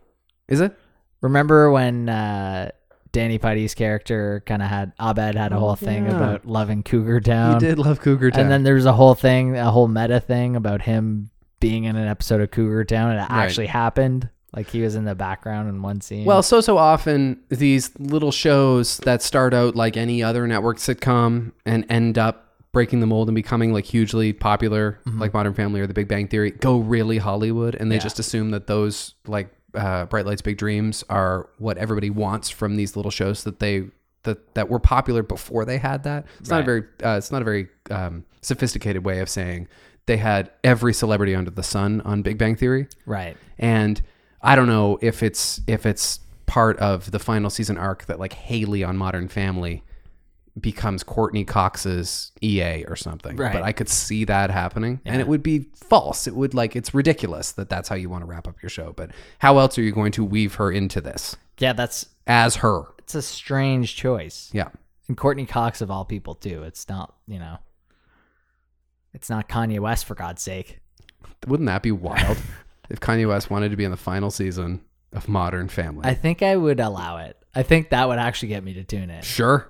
Is it? Remember when uh Danny Putty's character kind of had Abed had a whole thing Oh, yeah. about loving Cougar You Town. did love Cougar Town. Um, And then there was a whole thing, a whole meta thing about him being in an episode of Cougar Town and it Right. actually happened. Like he was in the background in one scene. Well, so so often these little shows that start out like any other network sitcom and end up breaking the mold and becoming like hugely popular, like Modern Family or The Big Bang Theory, go really Hollywood, and they just assume that those like uh, Bright Lights Big Dreams are what everybody wants from these little shows that they that that were popular before they had that. It's not a very uh, it's not a very um, sophisticated way of saying they had every celebrity under the sun on Big Bang Theory right. and I don't know if it's if it's part of the final season arc that like Haley on Modern Family becomes Courtney Cox's EA or something. Right. But I could see that happening, and it would be false. It would like it's ridiculous that that's how you want to wrap up your show. But how else are you going to weave her into this Yeah, that's as her? it's a strange choice. Yeah, And Courtney Cox of all people too. It's not, you know. It's not Kanye West for God's sake. Wouldn't that be wild if Kanye West wanted to be in the final season of Modern Family? I think I would allow it. I think that would actually get me to tune in. sure.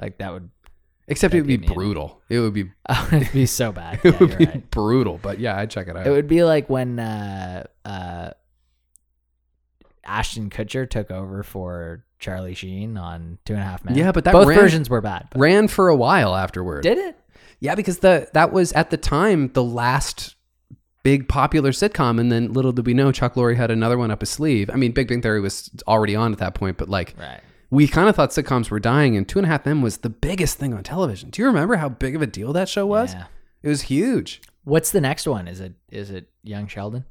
Like that would, Except it would be That'd be mean. brutal. It would be it'd be so bad. it Yeah, would you're be right. brutal. But yeah, I'd check it out. It would be like when uh, uh, Ashton Kutcher took over for Charlie Sheen on Two and a Half Men. Yeah, but that both ran- versions were bad. but- Ran for a while afterward. Did it? Yeah, because the that was at the time the last big popular sitcom, and then little did we know Chuck Lorre had another one up his sleeve. I mean, Big Bang Theory was already on at that point, but like Right. we kind of thought sitcoms were dying, and Two and a Half Men was the biggest thing on television. Do you remember how big of a deal that show was? Yeah. It was huge. What's the next one? Is it is it Young Sheldon?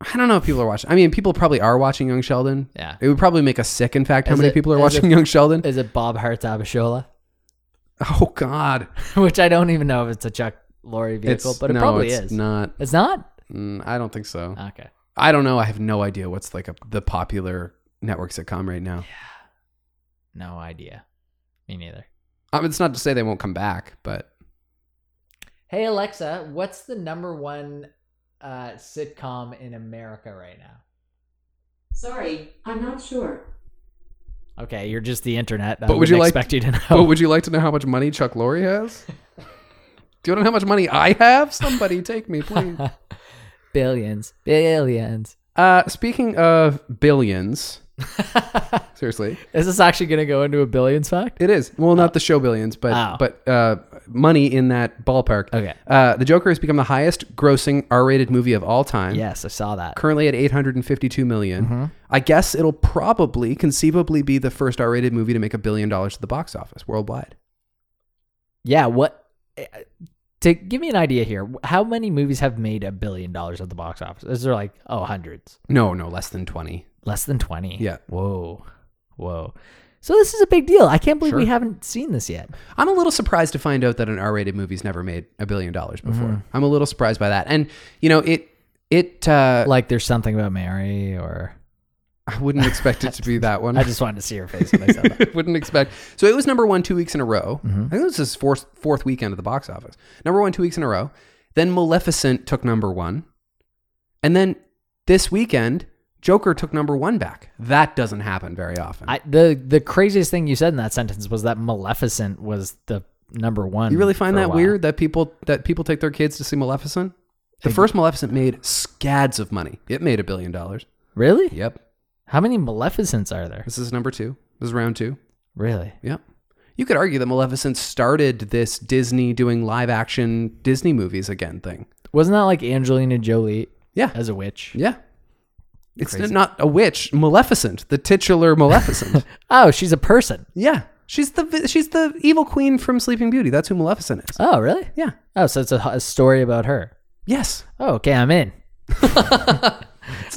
I don't know if people are watching. I mean, people probably are watching Young Sheldon. Yeah. It would probably make us sick. In fact, how Is many it- people are is watching it- Young Sheldon? Is it Bob Hart's Abishola? oh God, Which I don't even know if it's a Chuck Lorre vehicle, it's but it no, probably is. it's not. It's not. Mm, I don't think so. Okay. I don't know. I have no idea what's like a, the popular network sitcom right now. No idea. Me neither. I mean, Um, it's not to say they won't come back, but Hey Alexa, what's the number one uh, sitcom in America right now? Sorry, I'm not sure. Okay, you're just the internet. I But would you wouldn't like- expect you to know? but would you like to know how much money Chuck Lorre has? Do you want to know how much money I have? Somebody take me, please. billions, billions. Uh, speaking of billions, seriously, Is this actually going to go into a billions fact? it is well not the show billions, but Oh. but uh, money in that ballpark. Okay. Uh, the Joker has become the highest-grossing R-rated movie of all time. Yes, I saw that. Mm-hmm. Currently at 852 million. I guess it'll probably, conceivably, be the first R-rated movie to make a billion dollars at the box office worldwide. Yeah. What? eh, To give me an idea here, how many movies have made a billion dollars at the box office? Is there like oh hundreds? No, no, less than 20. Less than twenty. Yeah. Whoa. Whoa. So this is a big deal. I can't believe we haven't seen this yet. I'm a little surprised to find out that an R-rated movie's never made a billion dollars Mm. before. I'm a little surprised by that, and you know, it it uh, Like there's something about Mary, or I wouldn't expect it to be that one. I just wanted to see her face when I said that. wouldn't expect. So it was number one two weeks in a row. I think this is fourth fourth weekend at the box office. Number one two weeks in a row. Then Maleficent took number one, and then this weekend Joker took number one back. That doesn't happen very often. I, the the craziest thing you said in that sentence was that Maleficent was the number one. you really find for a that while. weird that people that people take their kids to see Maleficent? The first Maleficent made scads of money. It made a billion dollars. Really? Yep. How many Maleficents are there? This is number two. This is round two. Really? Yep. You could argue that Maleficent started this Disney doing live action Disney movies again thing. Wasn't that like Angelina Jolie Yeah. as a witch? Yeah. It's not a witch, Maleficent, the titular Maleficent. Oh, she's a person. yeah. She's the vi- she's the evil queen from Sleeping Beauty. That's who Maleficent is. Oh, really? Yeah. Oh, so it's a, a story about her. Yes. Oh, okay, I'm in. It's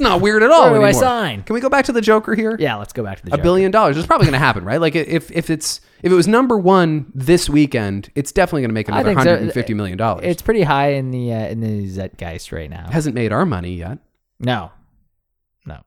not weird at all Where do I Oh, anymore. sign? Can we go back to the Joker here? Yeah, let's go back to the A joke. billion dollars. It's probably going to happen, right? Like if if it's if it was number 1 this weekend, it's definitely going to make I another think so. hundred and fifty million dollars. It's pretty high in the uh, in the zeitgeist right now. hasn't made our money yet. no, no,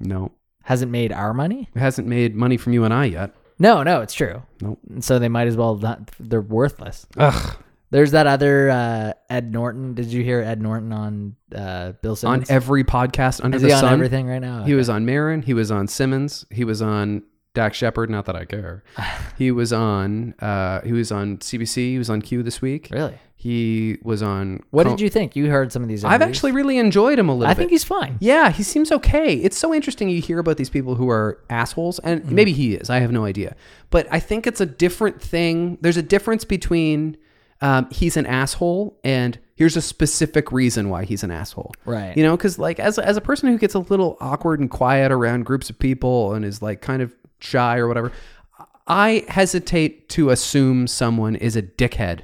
No. hasn't made our money. It hasn't made money from you and I yet. No, no, it's true. Nope. So they might as well not. They're worthless. Ugh. There's that other uh, Ed Norton. Did you hear Ed Norton on uh, Bill On Simmons? every podcast under Is the he on sun. everything right now? He was on Marin. He was on Simmons. He was on Dak Shepard. Not that I care. he was on. Uh, he was on CBC. He was on Q this week. really. He was on. What Com- did you think? You heard some of these. I've interviews. actually really enjoyed him a little. I think bit. he's fine. Yeah, he seems okay. It's so interesting you hear about these people who are assholes, and maybe he is. I have no idea. But I think it's a different thing. There's a difference between um, he's an asshole and here's a specific reason why he's an asshole. Right. You know, because like as, as a person who gets a little awkward and quiet around groups of people and is like kind of shy or whatever, I hesitate to assume someone is a dickhead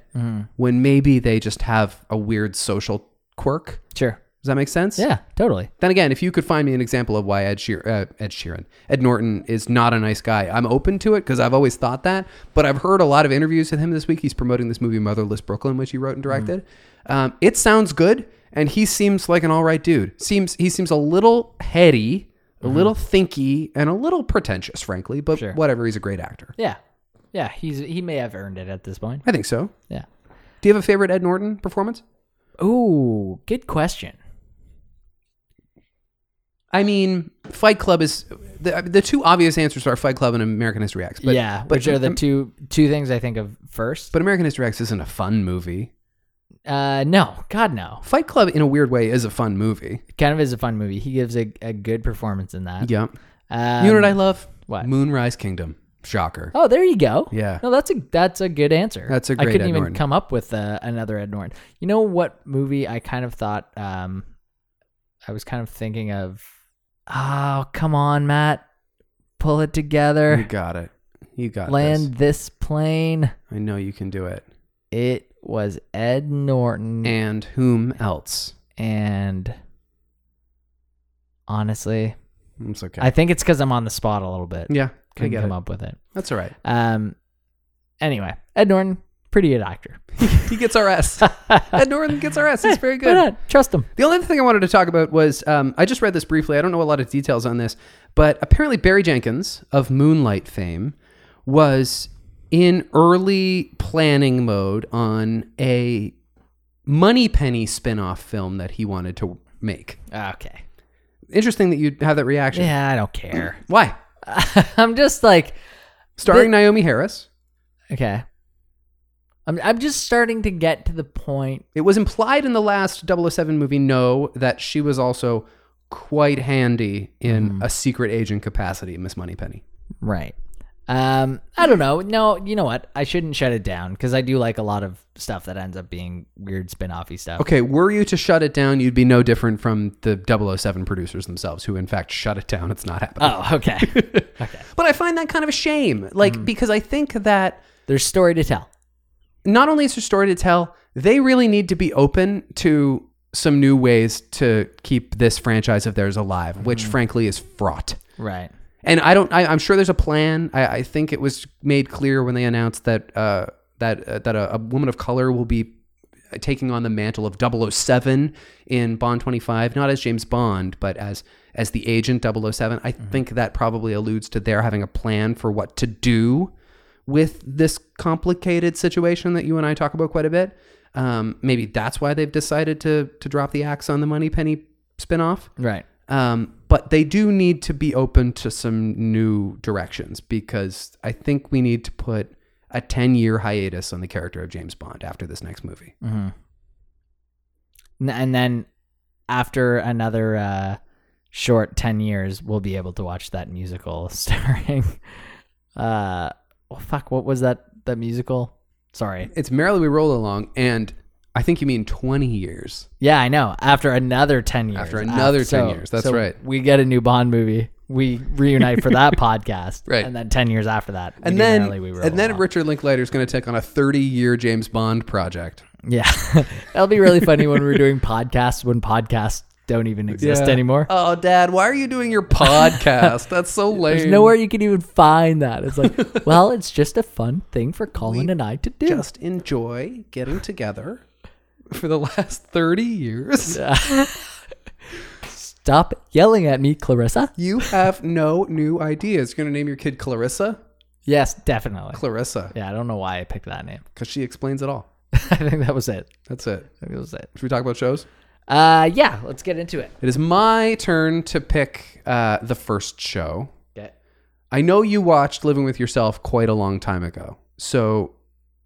when maybe they just have a weird social quirk. Sure. Does that make sense? Yeah. Totally. Then again, if you could find me an example of why Ed, Sheer- uh, Ed Sheeran, Ed Norton is not a nice guy, I'm open to it because I've always thought that. But I've heard a lot of interviews with him this week. He's promoting this movie Motherless Brooklyn, which he wrote and Mm-hmm. directed. Um, it sounds good, and he seems like an all right dude. Seems he seems a little heady, a little thinky, and a little pretentious, frankly. But Mm-hmm. Sure. whatever, he's a great actor. Yeah. Yeah. He's he may have earned it at this point. I think so. Yeah. Do you have a favorite Ed Norton performance? Ooh, good question. I mean, Fight Club is the, the two obvious answers are Fight Club and American History X. But, yeah, but, which are the um, two two things I think of first. but American History X isn't a fun movie. uh, no, God no. Fight Club, in a weird way, is a fun movie. Kind of is a fun movie. He gives a, a good performance in that. Yeah. Uh, Um, you know what I love? what? Moonrise Kingdom. Shocker. Oh, there you go. Yeah. No, that's a that's a good answer. That's a I great couldn't Ed even Norton. come up with uh, another Ed Norton. You know what movie I kind of thought um I was kind of thinking of Oh, come on, Matt. Pull it You together. got it. You got Land this plane. this. I know you can do it. It was Ed Norton And whom else? and honestly, It's okay. I think it's cuz I'm on the spot a little bit. yeah, I Couldn't get come it. up with it. That's all right. Um anyway, Ed Norton, pretty good actor. he gets our S. Ed Norton gets our S. He's very Why good. not? uh, Trust him. The only other thing I wanted to talk about was um, I just read this briefly. I don't know a lot of details on this, but apparently Barry Jenkins of Moonlight fame was in early planning mode on a Money Penny spin-off film that he wanted to make. Okay. Interesting that you have that reaction. Yeah, I don't care. Why? I'm just like, Starring Naomi Harris. okay. I'm I'm just starting to get to the point. It was implied in the last 007 movie, No, that she was also quite handy in a secret agent capacity, Miss Moneypenny. Right. Um, I don't know. No, you know what? I shouldn't shut it down because I do like a lot of stuff that ends up being weird spin-offy stuff. Okay, were you to shut it down, you'd be no different from the 007 producers themselves, who in fact shut it down. It's not happening. Oh, okay. okay. But I find that kind of a shame, like because I think that There's story to tell. not only is there story to tell, they really need to be open to some new ways to keep this franchise of theirs alive, which frankly is fraught. Right. And I don't. I, I'm sure there's a plan. I, I think it was made clear when they announced that uh, that uh, that a, a woman of color will be taking on the mantle of 007 in Bond 25, not as James Bond, but as as the agent 007. I think that probably alludes to their having a plan for what to do with this complicated situation that you and I talk about quite a bit. Um, maybe that's why they've decided to to drop the axe on the Money Penny spinoff. Right. Um, but they do need to be open to some new directions because I think we need to put a 10 year hiatus on the character of James Bond after this next movie. Mm-hmm. N- And then after another uh, short ten years, we'll be able to watch that musical starring. Uh, oh, fuck. What was that? That musical? Sorry. It's Merrily We Roll Along, and I think you mean 20 years. Yeah, I know. After another ten years. After another Af- 10 years, that's so right. We get a new Bond movie. We reunite for that podcast. Right. And then ten years after that. we And do then, Merrily We Roll and then Along. Richard Linklater is going to take on a 30 year James Bond project. Yeah. That'll be really funny when we're doing podcasts when podcasts don't even exist anymore. Oh, Dad, why are you doing your podcast? That's so lame. There's nowhere you can even find that. It's like, well, it's just a fun thing for Colin and I to do. Just enjoy getting together for the last 30 years. Stop yelling at me, Clarissa. You have no new ideas. You're going to name your kid Clarissa? Yes, definitely. Clarissa, yeah, I don't know why I picked that name. because she explains it all. I think that was it. That's it. I think that was it. Should we talk about shows? Uh, yeah, let's get into it. It is my turn to pick uh, the first show. Okay. I know you watched Living with Yourself quite a long time ago. So,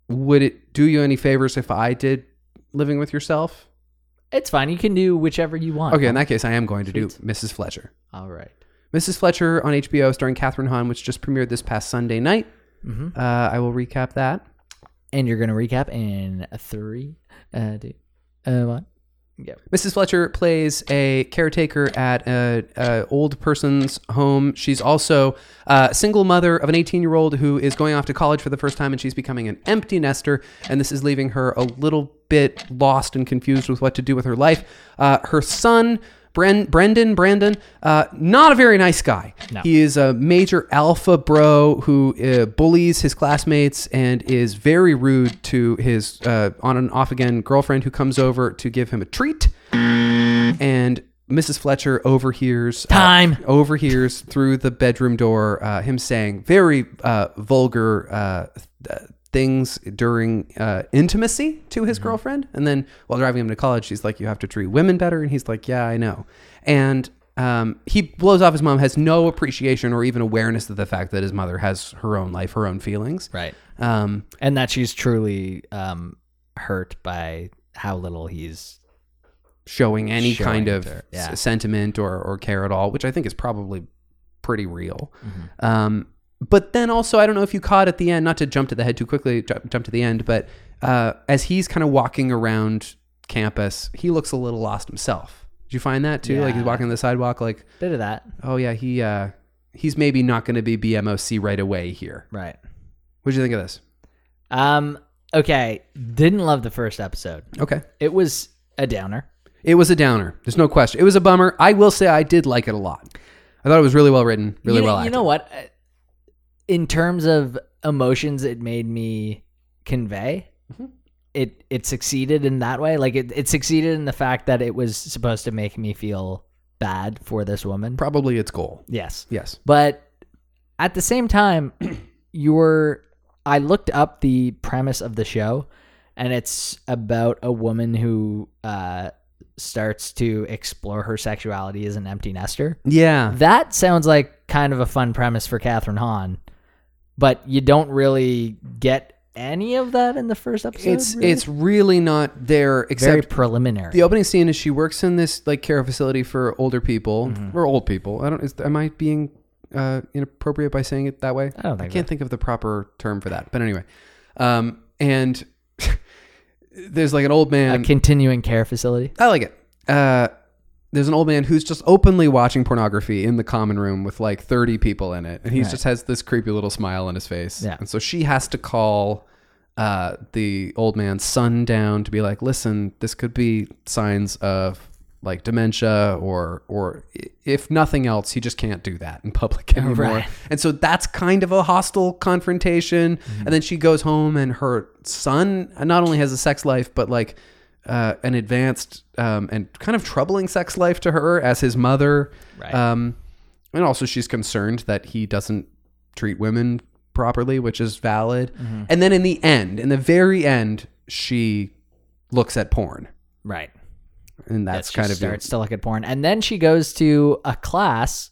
would it do you any favors if I did Living with Yourself? It's fine. You can do whichever you want. Okay, in that case, I am going to do Mrs. Fletcher. All right. Mrs. Fletcher on HBO, starring Catherine Hahn, which just premiered this past Sunday night. Uh, I will recap that. Mm-hmm. And you're going to recap in a three, uh, two, uh, one. Mrs. Fletcher plays a caretaker at a, a old person's home. She's also a single mother of an 18 year old who is going off to college for the first time, and she's becoming an empty nester. And this is leaving her a little bit lost and confused with what to do with her life. Uh, her son. Bren, Brendan, Brandon, uh, not a very nice guy. He is a major alpha bro who uh, bullies his classmates and is very rude to his uh, on and off again girlfriend who comes over to give him a treat and Mrs. Fletcher overhears uh, Time. overhears through the bedroom door uh, him saying very uh, vulgar uh, th- things during uh, intimacy to Mm-hmm. his girlfriend. And then while driving him to college, she's like, You have to treat women better. And he's like, Yeah, I know. And um, he blows off his mom, has no appreciation or even awareness of the fact that his mother has her own life, her own feelings. Right. Um, And that she's truly um, hurt by how little he's showing any Showing kind of it or- yeah. s- sentiment or, or care at all, which I think is probably pretty real. Mm-hmm. Um, but then also, I don't know if you caught at the end, not to jump to the head too quickly, jump, jump to the end, but uh, as he's kind of walking around campus, he looks a little lost himself. Did you find that too? Like he's Yeah. walking on the sidewalk, like, bit of that. oh yeah, he uh, he's maybe not going to be BMOC right away here. Right. What do you think of this? Um. Okay. Didn't love the first episode. Okay, It was a downer. it was a downer. There's no question. It was a bummer. I will say I did like it a lot. I thought it was really well written, really you, well You acted. know what? I- In terms of emotions, it made me convey. It it succeeded in that way. Like it, it succeeded in the fact that it was supposed to make me feel bad for this woman. Probably its goal. yes, Yes. but at the same time, you're. I looked up the premise of the show, and it's about a woman who uh, starts to explore her sexuality as an empty nester. Yeah. That sounds like kind of a fun premise for Catherine Hahn, but you don't really get any of that in the first episode. It's really? it's really not there very except preliminary. the opening scene is she works in this like care facility for older people Mm-hmm. or old people. I don't is, am I being uh, inappropriate by saying it that way? I don't think I can't think of the proper term for that. But anyway. Um and there's like an old a man continuing care facility. I like it. Uh there's an old man who's just openly watching pornography in the common room with like 30 people in it. And he just has this creepy little smile on his face. Yeah. And so she has to call uh, the old man's son down to be like, listen, this could be signs of like dementia or, or i- if nothing else, he just can't do that in public anymore. Right. And so that's kind of a hostile confrontation. Mm-hmm. And then she goes home and her son not only has a sex life, but like uh, an advanced um, and kind of troubling sex life to her as his mother. Right. Um, and also she's concerned that he doesn't treat women properly, which is valid. Mm-hmm. And then in the end, in the very end, she looks at porn. Right. And that's She kind of your- starts to look at porn, and then she goes to a class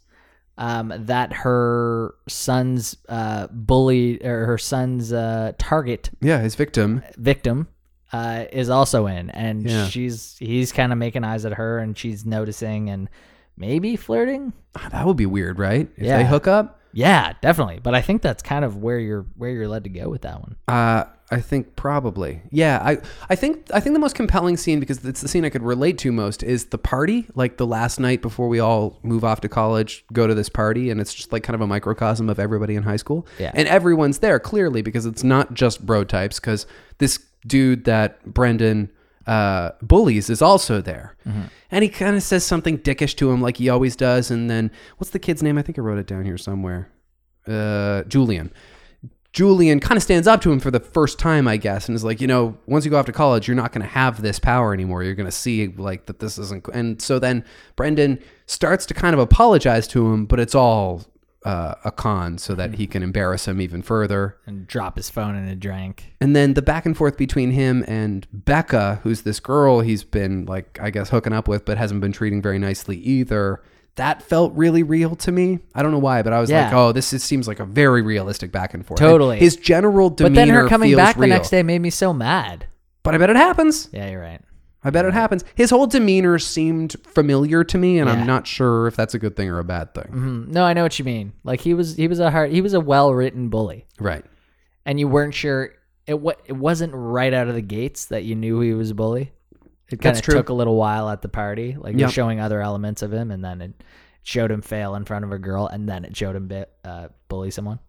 um, that her son's uh, bully or her son's uh, target yeah, his victim. victim uh, is also in, and Yeah. she's he's kind of making eyes at her, and she's noticing and maybe flirting. That would be weird, right? If Yeah. they hook up, Yeah, definitely. But I think that's kind of where you're where you're led to go with that one. Uh, I think probably. Yeah, I I think I think the most compelling scene because it's the scene I could relate to most is the party, like the last night before we all move off to college, go to this party and it's just like kind of a microcosm of everybody in high school. Yeah. And everyone's there clearly because it's not just bro types cuz this dude that Brendan uh, bullies is also there. And he kind of says something dickish to him like he always does and then what's the kid's name? I think I wrote it down here somewhere. Uh, Julian. Julian kind of stands up to him for the first time, I guess, and is like, you know, once you go off to college, you're not going to have this power anymore. You're going to see like that this isn't. And so then Brendan starts to kind of apologize to him, but it's all uh, a con so that he can embarrass him even further. And drop his phone in a drink. And then the back and forth between him and Becca, who's this girl he's been like, I guess, hooking up with, but hasn't been treating very nicely either. That felt really real to me. I don't know why, but I was like, Yeah. oh, this is, seems like a very realistic back and forth. And Totally. his general demeanor. But then her coming feels back real. the next day made me so mad. But I bet it happens. Yeah, you're right. I bet it happens. His whole demeanor seemed familiar to me, and I'm Yeah. not sure if that's a good thing or a bad thing. Mhm. No, I know what you mean. Like he was he was a hard he was a well written bully, Right. and you weren't sure it what it wasn't right out of the gates that you knew he was a bully. It kind That's of true. took a little while at the party, like you're Yep. showing other elements of him, and then it showed him fail in front of a girl, and then it showed him bi- uh, bully someone.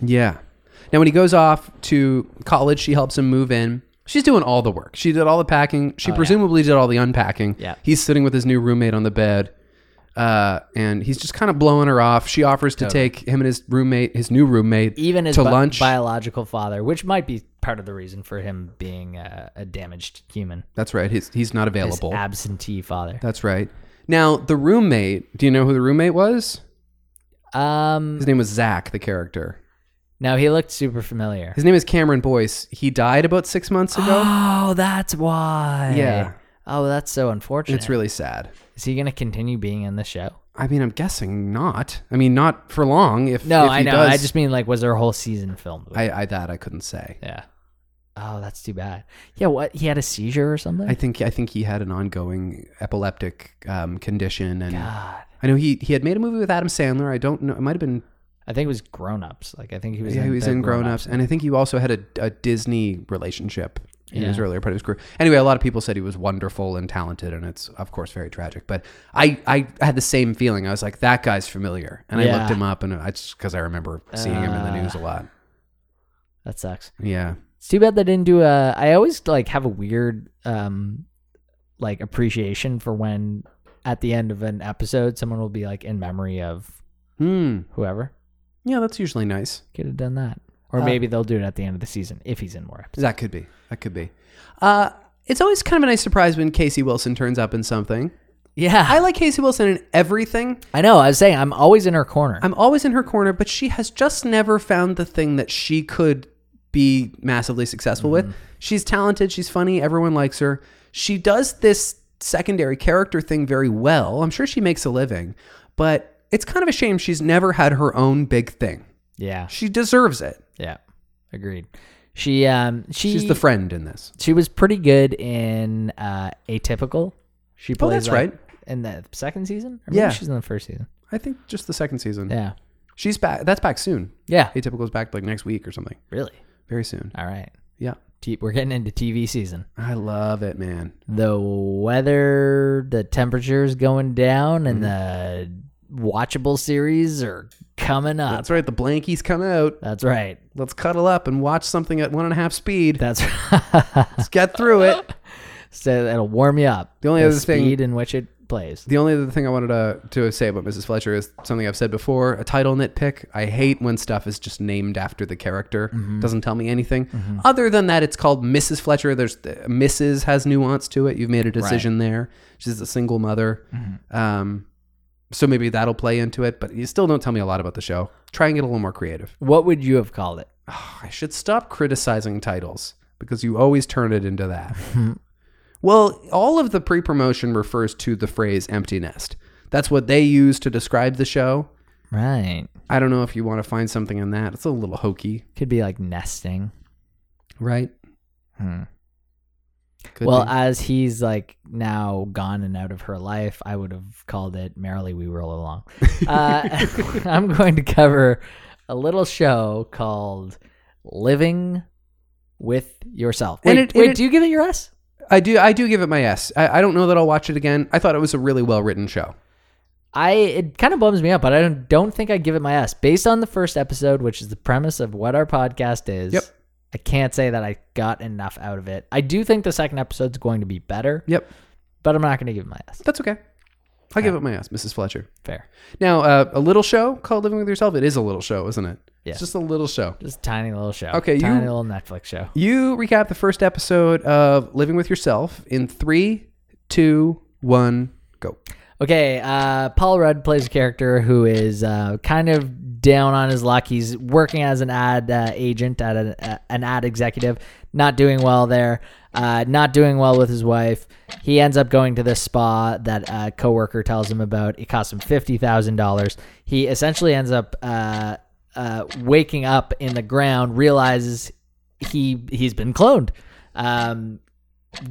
Yeah. Now, when he goes off to college, she helps him move in. She's doing all the work. She did all the packing. She presumably did all the unpacking. Oh, Yeah. He's sitting with his new roommate on the bed, uh, and he's just kind of blowing her off. She offers to take him and his roommate, his new roommate, even his to bi- lunch. biological father, which might be part of the reason for him being uh, a, a damaged human, That's right. He's he's not his available. absentee father. That's right. Now, the roommate. Do you know who the roommate was? Um, His name was Zach, the character. No, he looked super familiar. His name is Cameron Boyce. He died about six months ago. Oh, that's why. Yeah. Oh, that's so unfortunate. it's really sad. Is he going to continue being in the show? I mean, I'm guessing not. I mean, not for long. If No, if I he know. does- I just mean like, was there a whole season filmed? With? I, I that I couldn't say. yeah. Oh, that's too bad. Yeah. What? He had a seizure or something. I think I think he had an ongoing epileptic um, condition, and God. I know he he had made a movie with Adam Sandler. I don't know. It might have been I think it was Grown Ups. Like I think he was. yeah, in he was the in Grown Ups, and I think he also had a, a Disney relationship in his Yeah. earlier part of his career. Anyway, a lot of people said he was wonderful and talented, and it's of course very tragic. But I I had the same feeling. I was like, that guy's familiar, and I Yeah. looked him up, and I just because I remember seeing him in the Uh. news a lot. That sucks. Yeah, It's too bad they didn't do a. I always like have a weird, um, like appreciation for when at the end of an episode someone will be like in memory of hmm, whoever. yeah, that's usually nice. Could have done that, or Uh, maybe they'll do it at the end of the season if he's in more episodes. That could be. That could be. Uh, it's always kind of a nice surprise when Casey Wilson turns up in something. Yeah, I like Casey Wilson in everything. I know. I was saying I'm always in her corner. I'm always in her corner, but she has just never found the thing that she could be massively successful with. She's talented, she's funny, everyone likes her. She does this secondary character thing very well. I'm sure she makes a living, but it's kind of a shame she's never had her own big thing. yeah, She deserves it. yeah, agreed. She um she She's the friend in this. she was pretty good in uh Atypical. She Oh, plays that's like, right. in the second season. Or maybe Yeah. she's in the first season. I think just the second season. Yeah, She's back. That's back soon. yeah, Atypical's back like next week or something. really. Very soon. All right. Yeah. T- We're getting into TV season. I love it, man. The weather, the temperatures going down, and the watchable series are coming up. That's right. The blankies come out. That's right. Let's cuddle up and watch something at one and a half speed. That's Let's get through it. so it'll warm you up. The only other thing- speed in which it plays. The only other thing I wanted to, to say about Mrs. Fletcher is something I've said before a title nitpick. I hate when stuff is just named after the character. Doesn't tell me anything. Other than that, it's called Mrs. Fletcher. There's Mrs. has nuance to it. You've made a decision there. She's a single mother. Um, so maybe that'll play into it, but you still don't tell me a lot about the show. Try and get a little more creative. What would you have called it? I should stop criticizing titles because you always turn it into that. well, all of the pre promotion refers to the phrase empty nest. That's what they use to describe the show. Right. I don't know if you want to find something in that. It's a little hokey, Could be like nesting. right? Hmm. Could well, be. as he's like now gone and out of her life, I would have called it Merrily We Roll Along. Uh, I'm going to cover a little show called Living with Yourself. Wait, And it- and wait it- do you give it your S? I do. I do give it my S. I, I don't know that I'll watch it again. I thought it was a really well written show. I it kind of bums me up, but I don't don't think I give it my S. Based on the first episode, which is the premise of what our podcast is, Yep. I can't say that I got enough out of it. I do think the second episode's going to be better, Yep, but I'm not going to give it my S. that's okay. I'll give it my S, Mrs. Fletcher. Fair. Now, uh, a little show called Living with Yourself. It is a little show, isn't it? Yeah. It's just a little show. Just a tiny little show. Okay, you- tiny little Netflix show. You recap the first episode of Living with Yourself in three, two, one, go. Okay, uh, Paul Rudd plays a character who is uh, kind of down on his luck. He's working as an ad uh, agent at an, uh, an ad executive, not doing well there, uh, not doing well with his wife. He ends up going to this spa that a coworker tells him about. It costs him fifty thousand dollars. He essentially ends up uh, uh, waking up in the ground, realizes he he's been cloned. Um,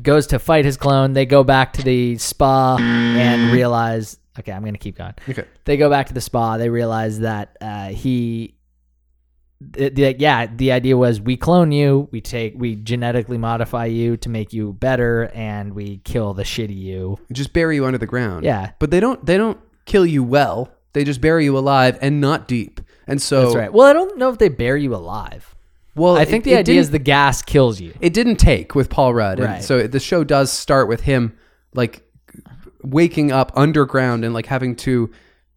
goes to fight his clone. They go back to the spa and realize. Okay, I'm gonna keep going. Okay. They go back to the spa. They realize that uh, he. The, the- yeah, the idea was we clone you, we take, we genetically modify you to make you better, and we kill the shitty you. Just bury you under the ground. Yeah. But they don't they don't kill you well. They just bury you alive and not deep. And so That's right. Well, I don't know if they bury you alive. Well, I think it- the it idea is didn't- the gas kills you. it didn't take with Paul Rudd. And Right. so the show does start with him like waking up underground and like having to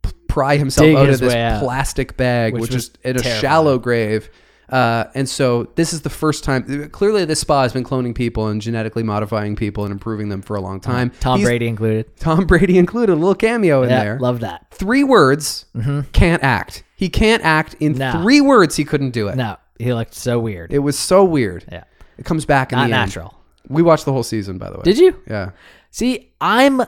p- pry himself Dig out of his this way out. plastic bag, Which which, was is in a terrifying. shallow grave. Uh, and so this is the first time. Clearly, this spa has been cloning people and genetically modifying people and improving them for a long time. Uh-huh. Tom He's- Brady included. Tom Brady included a little cameo in Yeah, there. love Mm-hmm. that. three words. Can't act. He can't act in No. three words. He couldn't do it. No, he looked so weird. It was so weird. yeah, It comes back in not the end. natural. We watched the whole season, by the way. Did you Yeah. see? I'm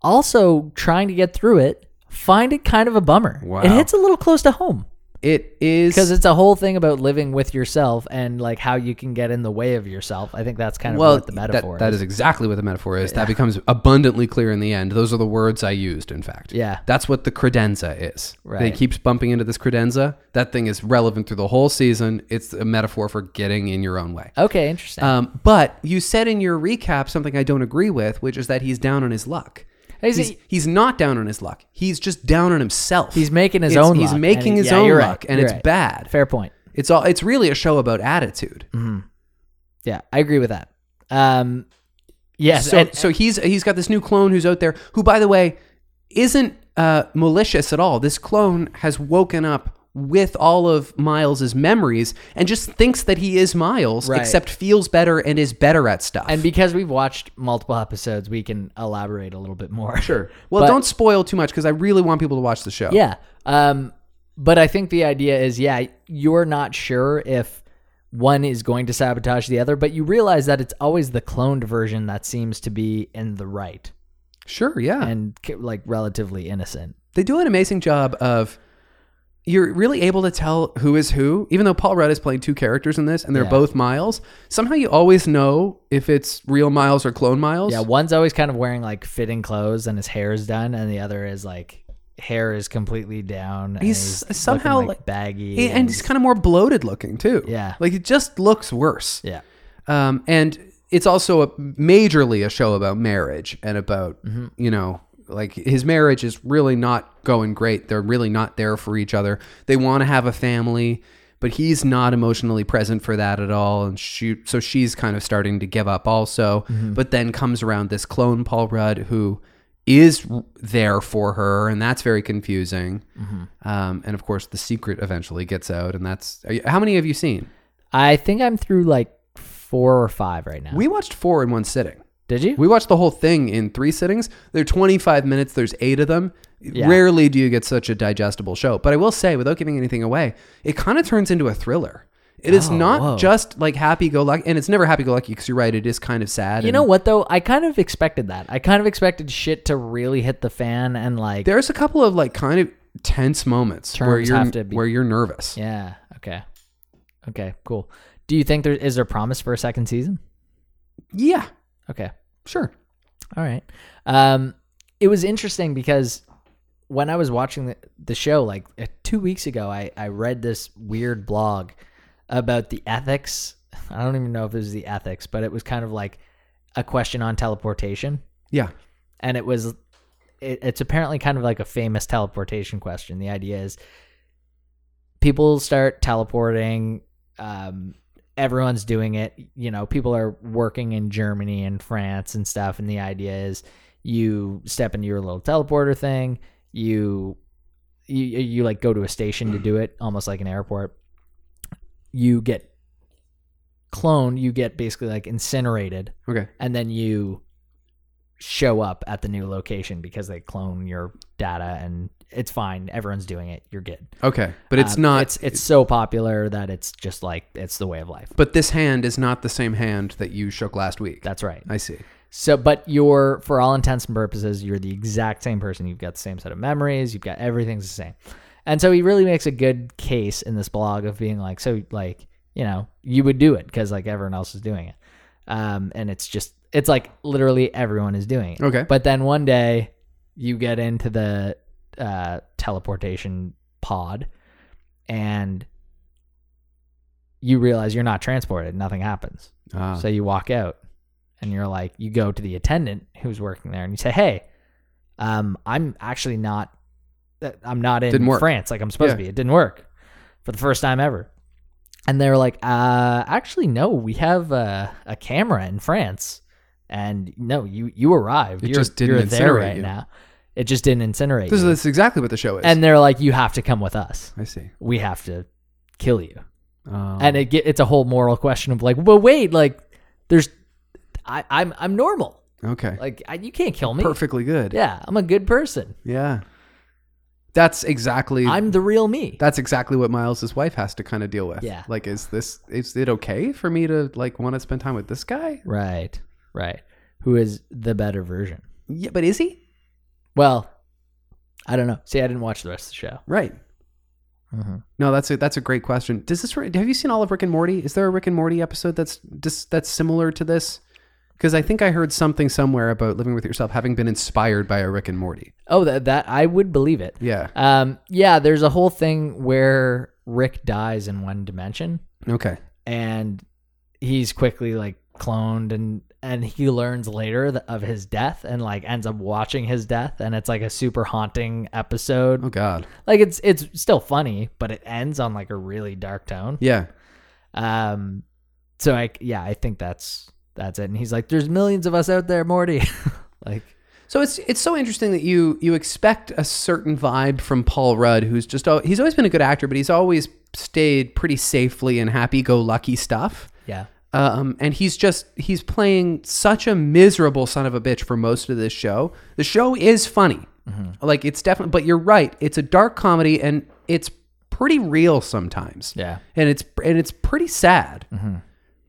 also trying to get through it. Find it kind of a bummer. Wow. It hits a little close to home It is because it's a whole thing about living with yourself and like how you can get in the way of yourself. I think that's kind of well. what the metaphor. that, that is. is exactly what the metaphor is. That becomes abundantly clear in the end. Those are the words I used. In fact. Yeah. That's what the credenza is. They Right. keeps bumping into this credenza. That thing is relevant through the whole season. It's a metaphor for getting in your own way. Okay, interesting. Um, but you said in your recap something I don't agree with, which is that he's down on his luck. Is he's, he- he's not down on his luck. He's just down on himself. He's making his It's- own He's luck, making and he- his yeah, own you're right, luck, and you're it's right. bad. Fair point. It's all. It's really a show about attitude. Yeah, I agree with that. Um, yes. so and- so he's he's got this new clone who's out there, who by the way isn't uh, malicious at all. This clone has woken up with all of Miles's memories and just thinks that he is Miles, Right. except feels better and is better at stuff. and because we've watched multiple episodes, we can elaborate a little bit more. sure. Well, But- don't spoil too much because I really want people to watch the show. Yeah. Um, but I think the idea is, yeah, you're not sure if one is going to sabotage the other, but you realize that it's always the cloned version that seems to be in the right Sure. Yeah. and ca- like relatively innocent. they do an amazing job of you're really able to tell who is who even though paul rudd is playing two characters in this and they're Yeah. both miles somehow you always know if it's real miles or clone miles Yeah, one's always kind of wearing like fitting clothes and his hair is done, and the other is like hair is completely down. And He's he's, somehow, looking, like- like baggy, He- and he's kind of more bloated looking too Yeah. like it just looks worse yeah. um, and it's also a majorly a show about marriage and about you know like his marriage is really not going great they're really not there for each other they want to have a family but he's not emotionally present for that at all and she so she's kind of starting to give up also but then comes around this clone paul rudd who is r- there for her and that's very confusing um, and of course the secret eventually gets out and that's are you- how many have you seen I think I'm through like four or five right now. we watched four in one sitting Did you? We watched the whole thing in three sittings. They're 25 minutes. There's eight of them. Yeah. Rarely do you get such a digestible show. But I will say, without giving anything away, it kind of turns into a thriller. It is Oh, not whoa. just like happy go lucky, and it's never happy go lucky because you're right. It is kind of sad. you and know what though? I kind of expected that. I kind of expected shit to really hit the fan and like There's a couple of like kind of tense moments where Terms you're have to be- where you're nervous. Yeah, okay. Okay, cool. Do you think there is there promise for a second season? Yeah, Okay. sure. All right. Um, it was interesting because when I was watching the, the show, like uh, two weeks ago, I, I read this weird blog about the ethics. I don't even know if it was the ethics, but it was kind of like a question on teleportation. Yeah, And it was, it, it's apparently kind of like a famous teleportation question. The idea is people start teleporting. Um, everyone's doing it. You know, people are working in Germany and France and stuff. And the idea is you step into your little teleporter thing. You, you, you like go to a station to do it, almost like an airport. You get cloned. You get basically like incinerated, okay. and then you show up at the new location because they clone your data and it's fine everyone's doing it you're good Okay, but it's um, not. It's it's so popular that it's just like it's the way of life. but this hand is not the same hand that you shook last week. That's right. I see. So, but you're for all intents and purposes, you're the exact same person. You've got the same set of memories. You've got everything's the same. And so he really makes a good case in this blog of being like, so like you know you would do it because like everyone else is doing it, um, and it's just it's like literally everyone is doing it. Okay. But then one day you get into the uh, teleportation pod and you realize you're not transported, nothing happens. Ah. So you walk out and you're like, you go to the attendant who's working there and you say, hey, um, I'm actually not, uh, I'm not in Didn't work. France like I'm supposed to Yeah. be. It didn't work for the first time ever. And they were like, uh, actually, no, we have a, a camera in France. And no, you, you arrived. It you're, just didn't you're there incinerate right you. now. It just didn't incinerate this you. is exactly what the show is. and they're like, you have to come with us. I see. We have to kill you. Um, and it get, it's a whole moral question of like, well, wait, like there's, I, I'm I'm normal. Oh, okay, Like I, you can't kill me. perfectly good. Yeah, I'm a good person. Yeah. That's exactly I'm the real me. that's exactly what Miles's wife has to kind of deal with. Yeah. Like is this is it okay for me to like want to spend time with this guy? right, right. Who is the better version? Yeah, but is he? Well, I don't know. See, I didn't watch the rest of the show. Right. Mhm. No, that's a that's a great question. Does this re- have you seen all of Rick and Morty? Is there a Rick and Morty episode that's dis, that's similar to this? Because I think I heard something somewhere about living with yourself having been inspired by a Rick and Morty. Oh, that that I would believe it. Yeah. Um, yeah, there's a whole thing where Rick dies in one dimension, Okay. and he's quickly like cloned, and and he learns later th- of his death, and like ends up watching his death, and it's like a super haunting episode. Oh God. Like it's it's still funny, but it ends on like a really dark tone. Yeah. Um, so I yeah, I think that's that's it. And he's like, "There's millions of us out there, Morty." like, So it's it's so interesting that you you expect a certain vibe from Paul Rudd, who's just al- he's always been a good actor, but he's always stayed pretty safely in happy-go-lucky stuff. yeah, Um, and he's just he's playing such a miserable son of a bitch for most of this show. The show is funny, like it's definitely. But you're right, it's a dark comedy, and it's pretty real sometimes. yeah, and it's and it's pretty sad.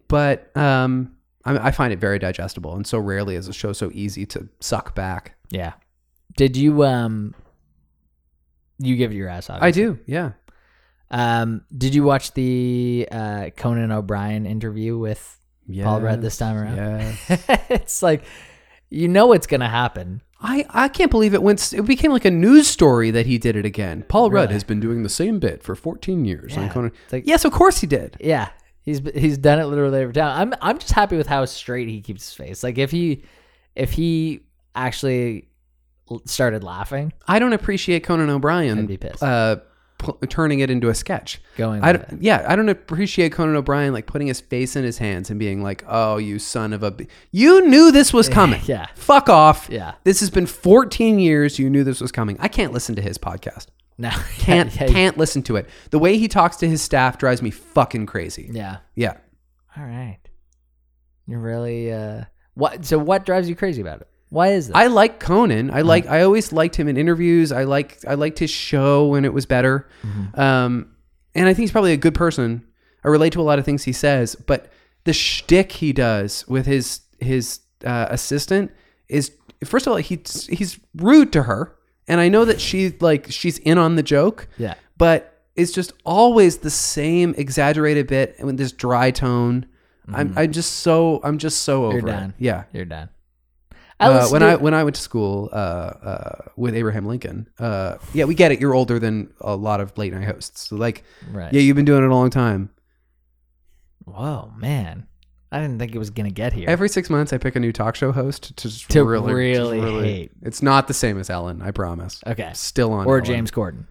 But um, I, I find it very digestible, and so rarely is a show so easy to suck back. yeah. Did you um? You give it your ass off. I do, yeah. Um, did you watch the uh, Conan O'Brien interview with Paul Rudd this time around? Yeah. it's like you know what's gonna happen. I, I can't believe it went. It became like a news story that he did it again. Paul Rudd has been doing the same bit for 14 years on Yeah. Conan. It's like- yes, of course he did. Yeah, he's he's done it literally every time. I'm I'm just happy with how straight he keeps his face. Like if he if he actually l- started laughing, I don't appreciate Conan I'd O'Brien be pissed. uh, pl- turning it into a sketch. Going I with don't, yeah, I don't appreciate Conan O'Brien like putting his face in his hands and being like, "Oh, you son of a, b- you knew this was coming. Yeah. fuck off. Yeah. this has been 14 years. You knew this was coming. I can't listen to his podcast. no, Can't yeah, can't listen to it. The way he talks to his staff drives me fucking crazy. Yeah. Yeah. All right. You really uh what? So what drives you crazy about it? Why is that? I like Conan. I like. I always liked him in interviews. I like. I liked his show when it was better. Um, and I think he's probably a good person. I relate to a lot of things he says, but the shtick he does with his his uh, assistant is first of all he he's rude to her, and I know that she like she's in on the joke. Yeah. but it's just always the same exaggerated bit and with this dry tone. I'm I'm just so I'm just so Mm-hmm. over You're it. done. Yeah. You're done. Uh, when to- I when I went to school uh, uh, with Abraham Lincoln, uh, yeah, we get it. You're older than a lot of late night hosts. So like, right. yeah, you've been doing it a long time. Whoa, man. I didn't think it was gonna get here. Every six months, I pick a new talk show host to just To really, really just hate. It's not the same as Ellen, I promise. okay. Still on Or Ellen. James Corden.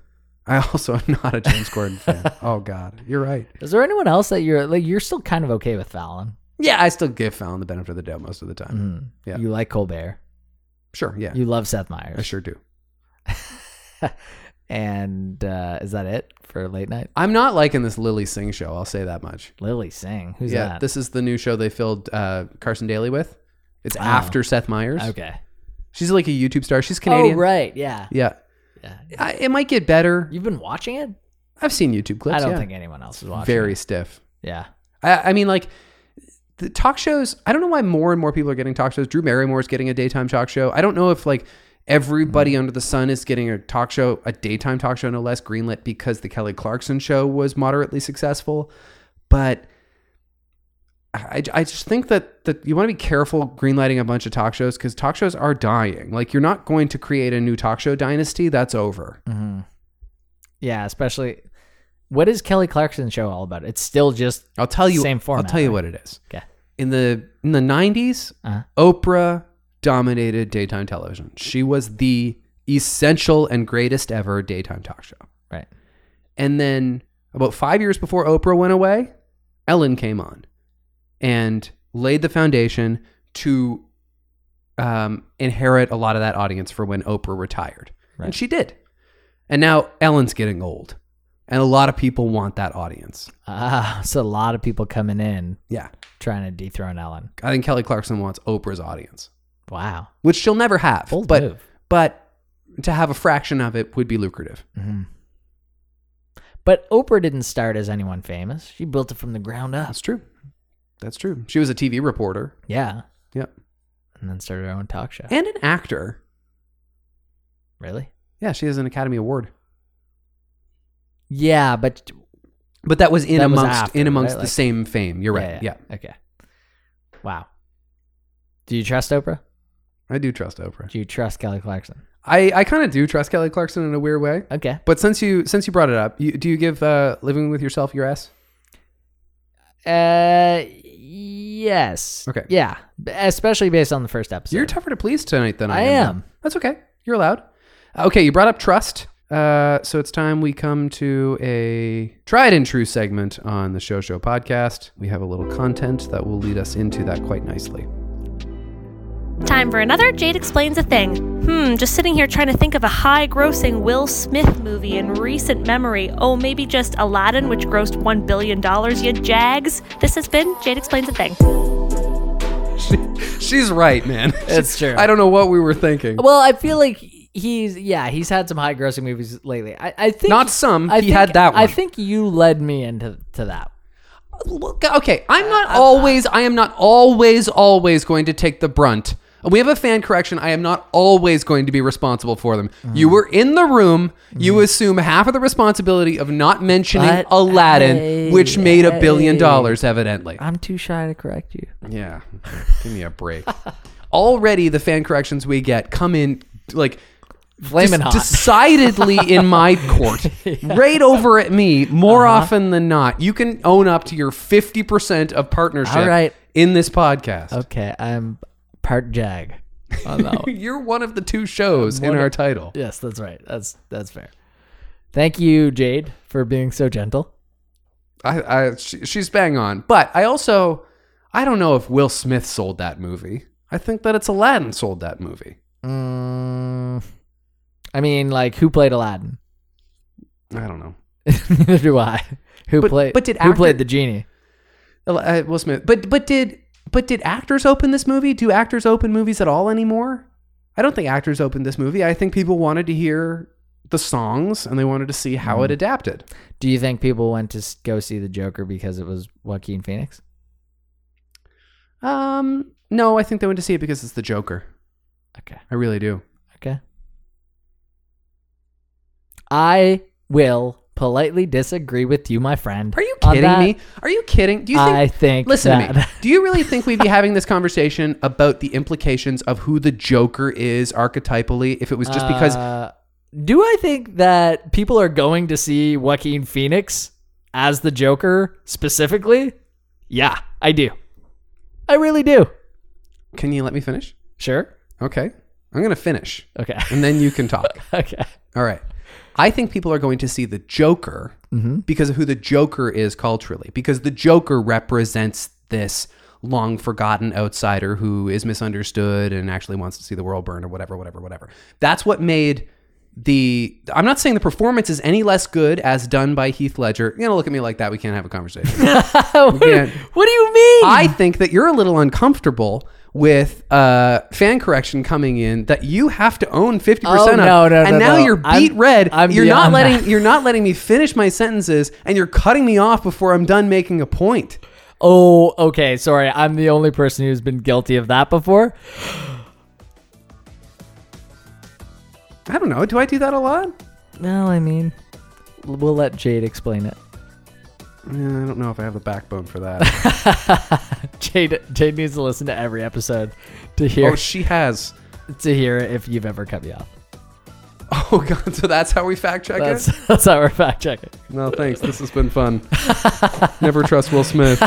I also am not a James Gordon fan. Oh God, you're right. Is there anyone else that you're like you're still kind of okay with Fallon? Yeah, I still give Fallon the benefit of the doubt most of the time. Mhm. Yeah. You like Colbert. Sure, yeah, You love Seth I Meyers. sure do. And uh, is that it for late night? I'm not liking this Lily Singh show. I'll say that much. Lily Singh. Who's yeah, that? this is the new show they filled uh, Carson Daly with. It's Oh. after Seth Meyers. okay. She's like a YouTube star. She's Canadian. Oh right, yeah. Yeah. yeah. I, it might get better. You've been watching it? I've seen YouTube clips. I don't yeah. think anyone else is watching. Very it. stiff. Yeah. I, I mean, like, the talk shows, I don't know why more and more people are getting talk shows. Drew Barrymore's getting a daytime talk show. I don't know if, like, Mm-hmm. everybody under the sun is getting a talk show, a daytime talk show, no less, greenlit because the Kelly Clarkson show was moderately successful. But. I, I just think that, that you want to be careful greenlighting a bunch of talk shows because talk shows are dying. Like, you're not going to create a new talk show dynasty. That's over. hmm Yeah, especially what is Kelly Clarkson's show all about? It's still just I'll tell you. Same format, I'll tell you right? what it is. Okay. In the in the 90s Uh-huh. Oprah dominated daytime television. She was the essential and greatest ever daytime talk show. right. And then about five years before Oprah went away, Ellen came on and laid the foundation to um, inherit a lot of that audience for when Oprah retired. Right. And she did. And now Ellen's getting old. And a lot of people want that audience. Ah, so a lot of people coming in Yeah. trying to dethrone Ellen. I think Kelly Clarkson wants Oprah's audience, Wow. which she'll never have. Bold but move. but to have a fraction of it would be lucrative. hmm But Oprah didn't start as anyone famous. She built it from the ground up. That's true. That's true. She was a TV reporter. Yeah. Yep. And then started her own talk show. And an actor. Really? Yeah, she has an Academy Award. Yeah, but But that was in That was amongst after, in amongst right? the Like- same fame. You're right. Yeah, Okay. Wow. Do you trust Oprah? I do trust Oprah. Do you trust Kelly Clarkson? I, I kind of do trust Kelly Clarkson in a weird way. Okay. But since you since you brought it up, you, do you give uh, living with yourself your S? Uh, yes. Okay. Yeah, b- especially based on the first episode. You're tougher to please tonight than I, I am. am. That's okay. You're allowed. Uh, Okay, you brought up trust. Uh, so it's time we come to a tried and true segment on the Show Show podcast. We have a little content that will lead us into that quite nicely. Time for another Jade Explains a Thing. Hmm, just sitting here trying to think of a high grossing Will Smith movie in recent memory. Oh, maybe just Aladdin, which grossed $1 billion, you jags. This has been Jade Explains a Thing. She's right, man. That's true. I don't know what we were thinking. well, I feel like he's yeah he's had some high grossing movies lately. I, I think Not some. I he think- had that one. I think you led me into to that. Look, okay, I'm not always. I am not always, always going to take the brunt. We have a fan correction. I am not always going to be responsible for them. Mm-hmm. You were in the room. You assume half of the responsibility of not mentioning But, Aladdin, hey, which made a billion hey. dollars, evidently. I'm too shy to correct you. Yeah, give me a break. Already, the fan corrections we get come in like Flamin' hot. decidedly in my court, right over at me more Uh-huh. often than not. You can own up to your fifty percent of partnership All right. in this podcast. Okay, I'm part jag. On that one. You're one of the two shows in our title. yes, that's right. That's that's fair. Thank you, Jade, for being so gentle. I, I she, she's bang on, but I also I don't know if Will Smith sold that movie. I think that it's Aladdin sold that movie. Mm, I mean, like who played Aladdin? I don't know. Neither do I. Who But- played? but did who actor- played the genie? Well, uh, Will Smith. But but did but did actors open this movie? Do actors open movies at all anymore? I don't think actors opened this movie. I think people wanted to hear the songs and they wanted to see how it adapted. Do you think people went to s- go see the Joker because it was Joaquin Phoenix? Um, no, I think they went to see it because it's the Joker. Okay. I really do. Okay. I will politely disagree with you, my friend. Are you on kidding that. me? Are you kidding? Do you think? I think. listen to me. that- Do you really think we'd be having this conversation about the implications of who the Joker is archetypally if it was just because Uh, do I think that people are going to see Joaquin Phoenix as the Joker specifically? Yeah, I do. I really do. Can you let me finish? Sure. Okay. I'm going to finish Okay. and then you can talk. okay. All right. I think people are going to see the Joker because of who the Joker is culturally, because the Joker represents this long forgotten outsider who is misunderstood and actually wants to see the world burn or whatever, whatever, whatever. That's what made the. I'm not saying the performance is any less good as done by Heath Ledger. You're going to look at me like that. We can't have a conversation. what, can't- Oh, what do you mean? I think that you're a little uncomfortable with uh, fan correction coming in that you have to own 50% Oh, of no, no, and no, now no. you're I'm- beat red I'm you're not beyond letting that. you're not letting me finish my sentences and you're cutting me off before I'm done making a point oh, okay. Sorry. I'm the only person who's been guilty of that before. I don't know do I do that a lot Well, I mean, we'll let Jade explain it. Yeah, I don't know if I have the backbone for that Jade, Jade needs to listen to every episode to hear oh she has to hear if you've ever cut me off. oh god so that's how we fact check That's it that's how we're fact checking. no thanks this has been fun never trust Will Smith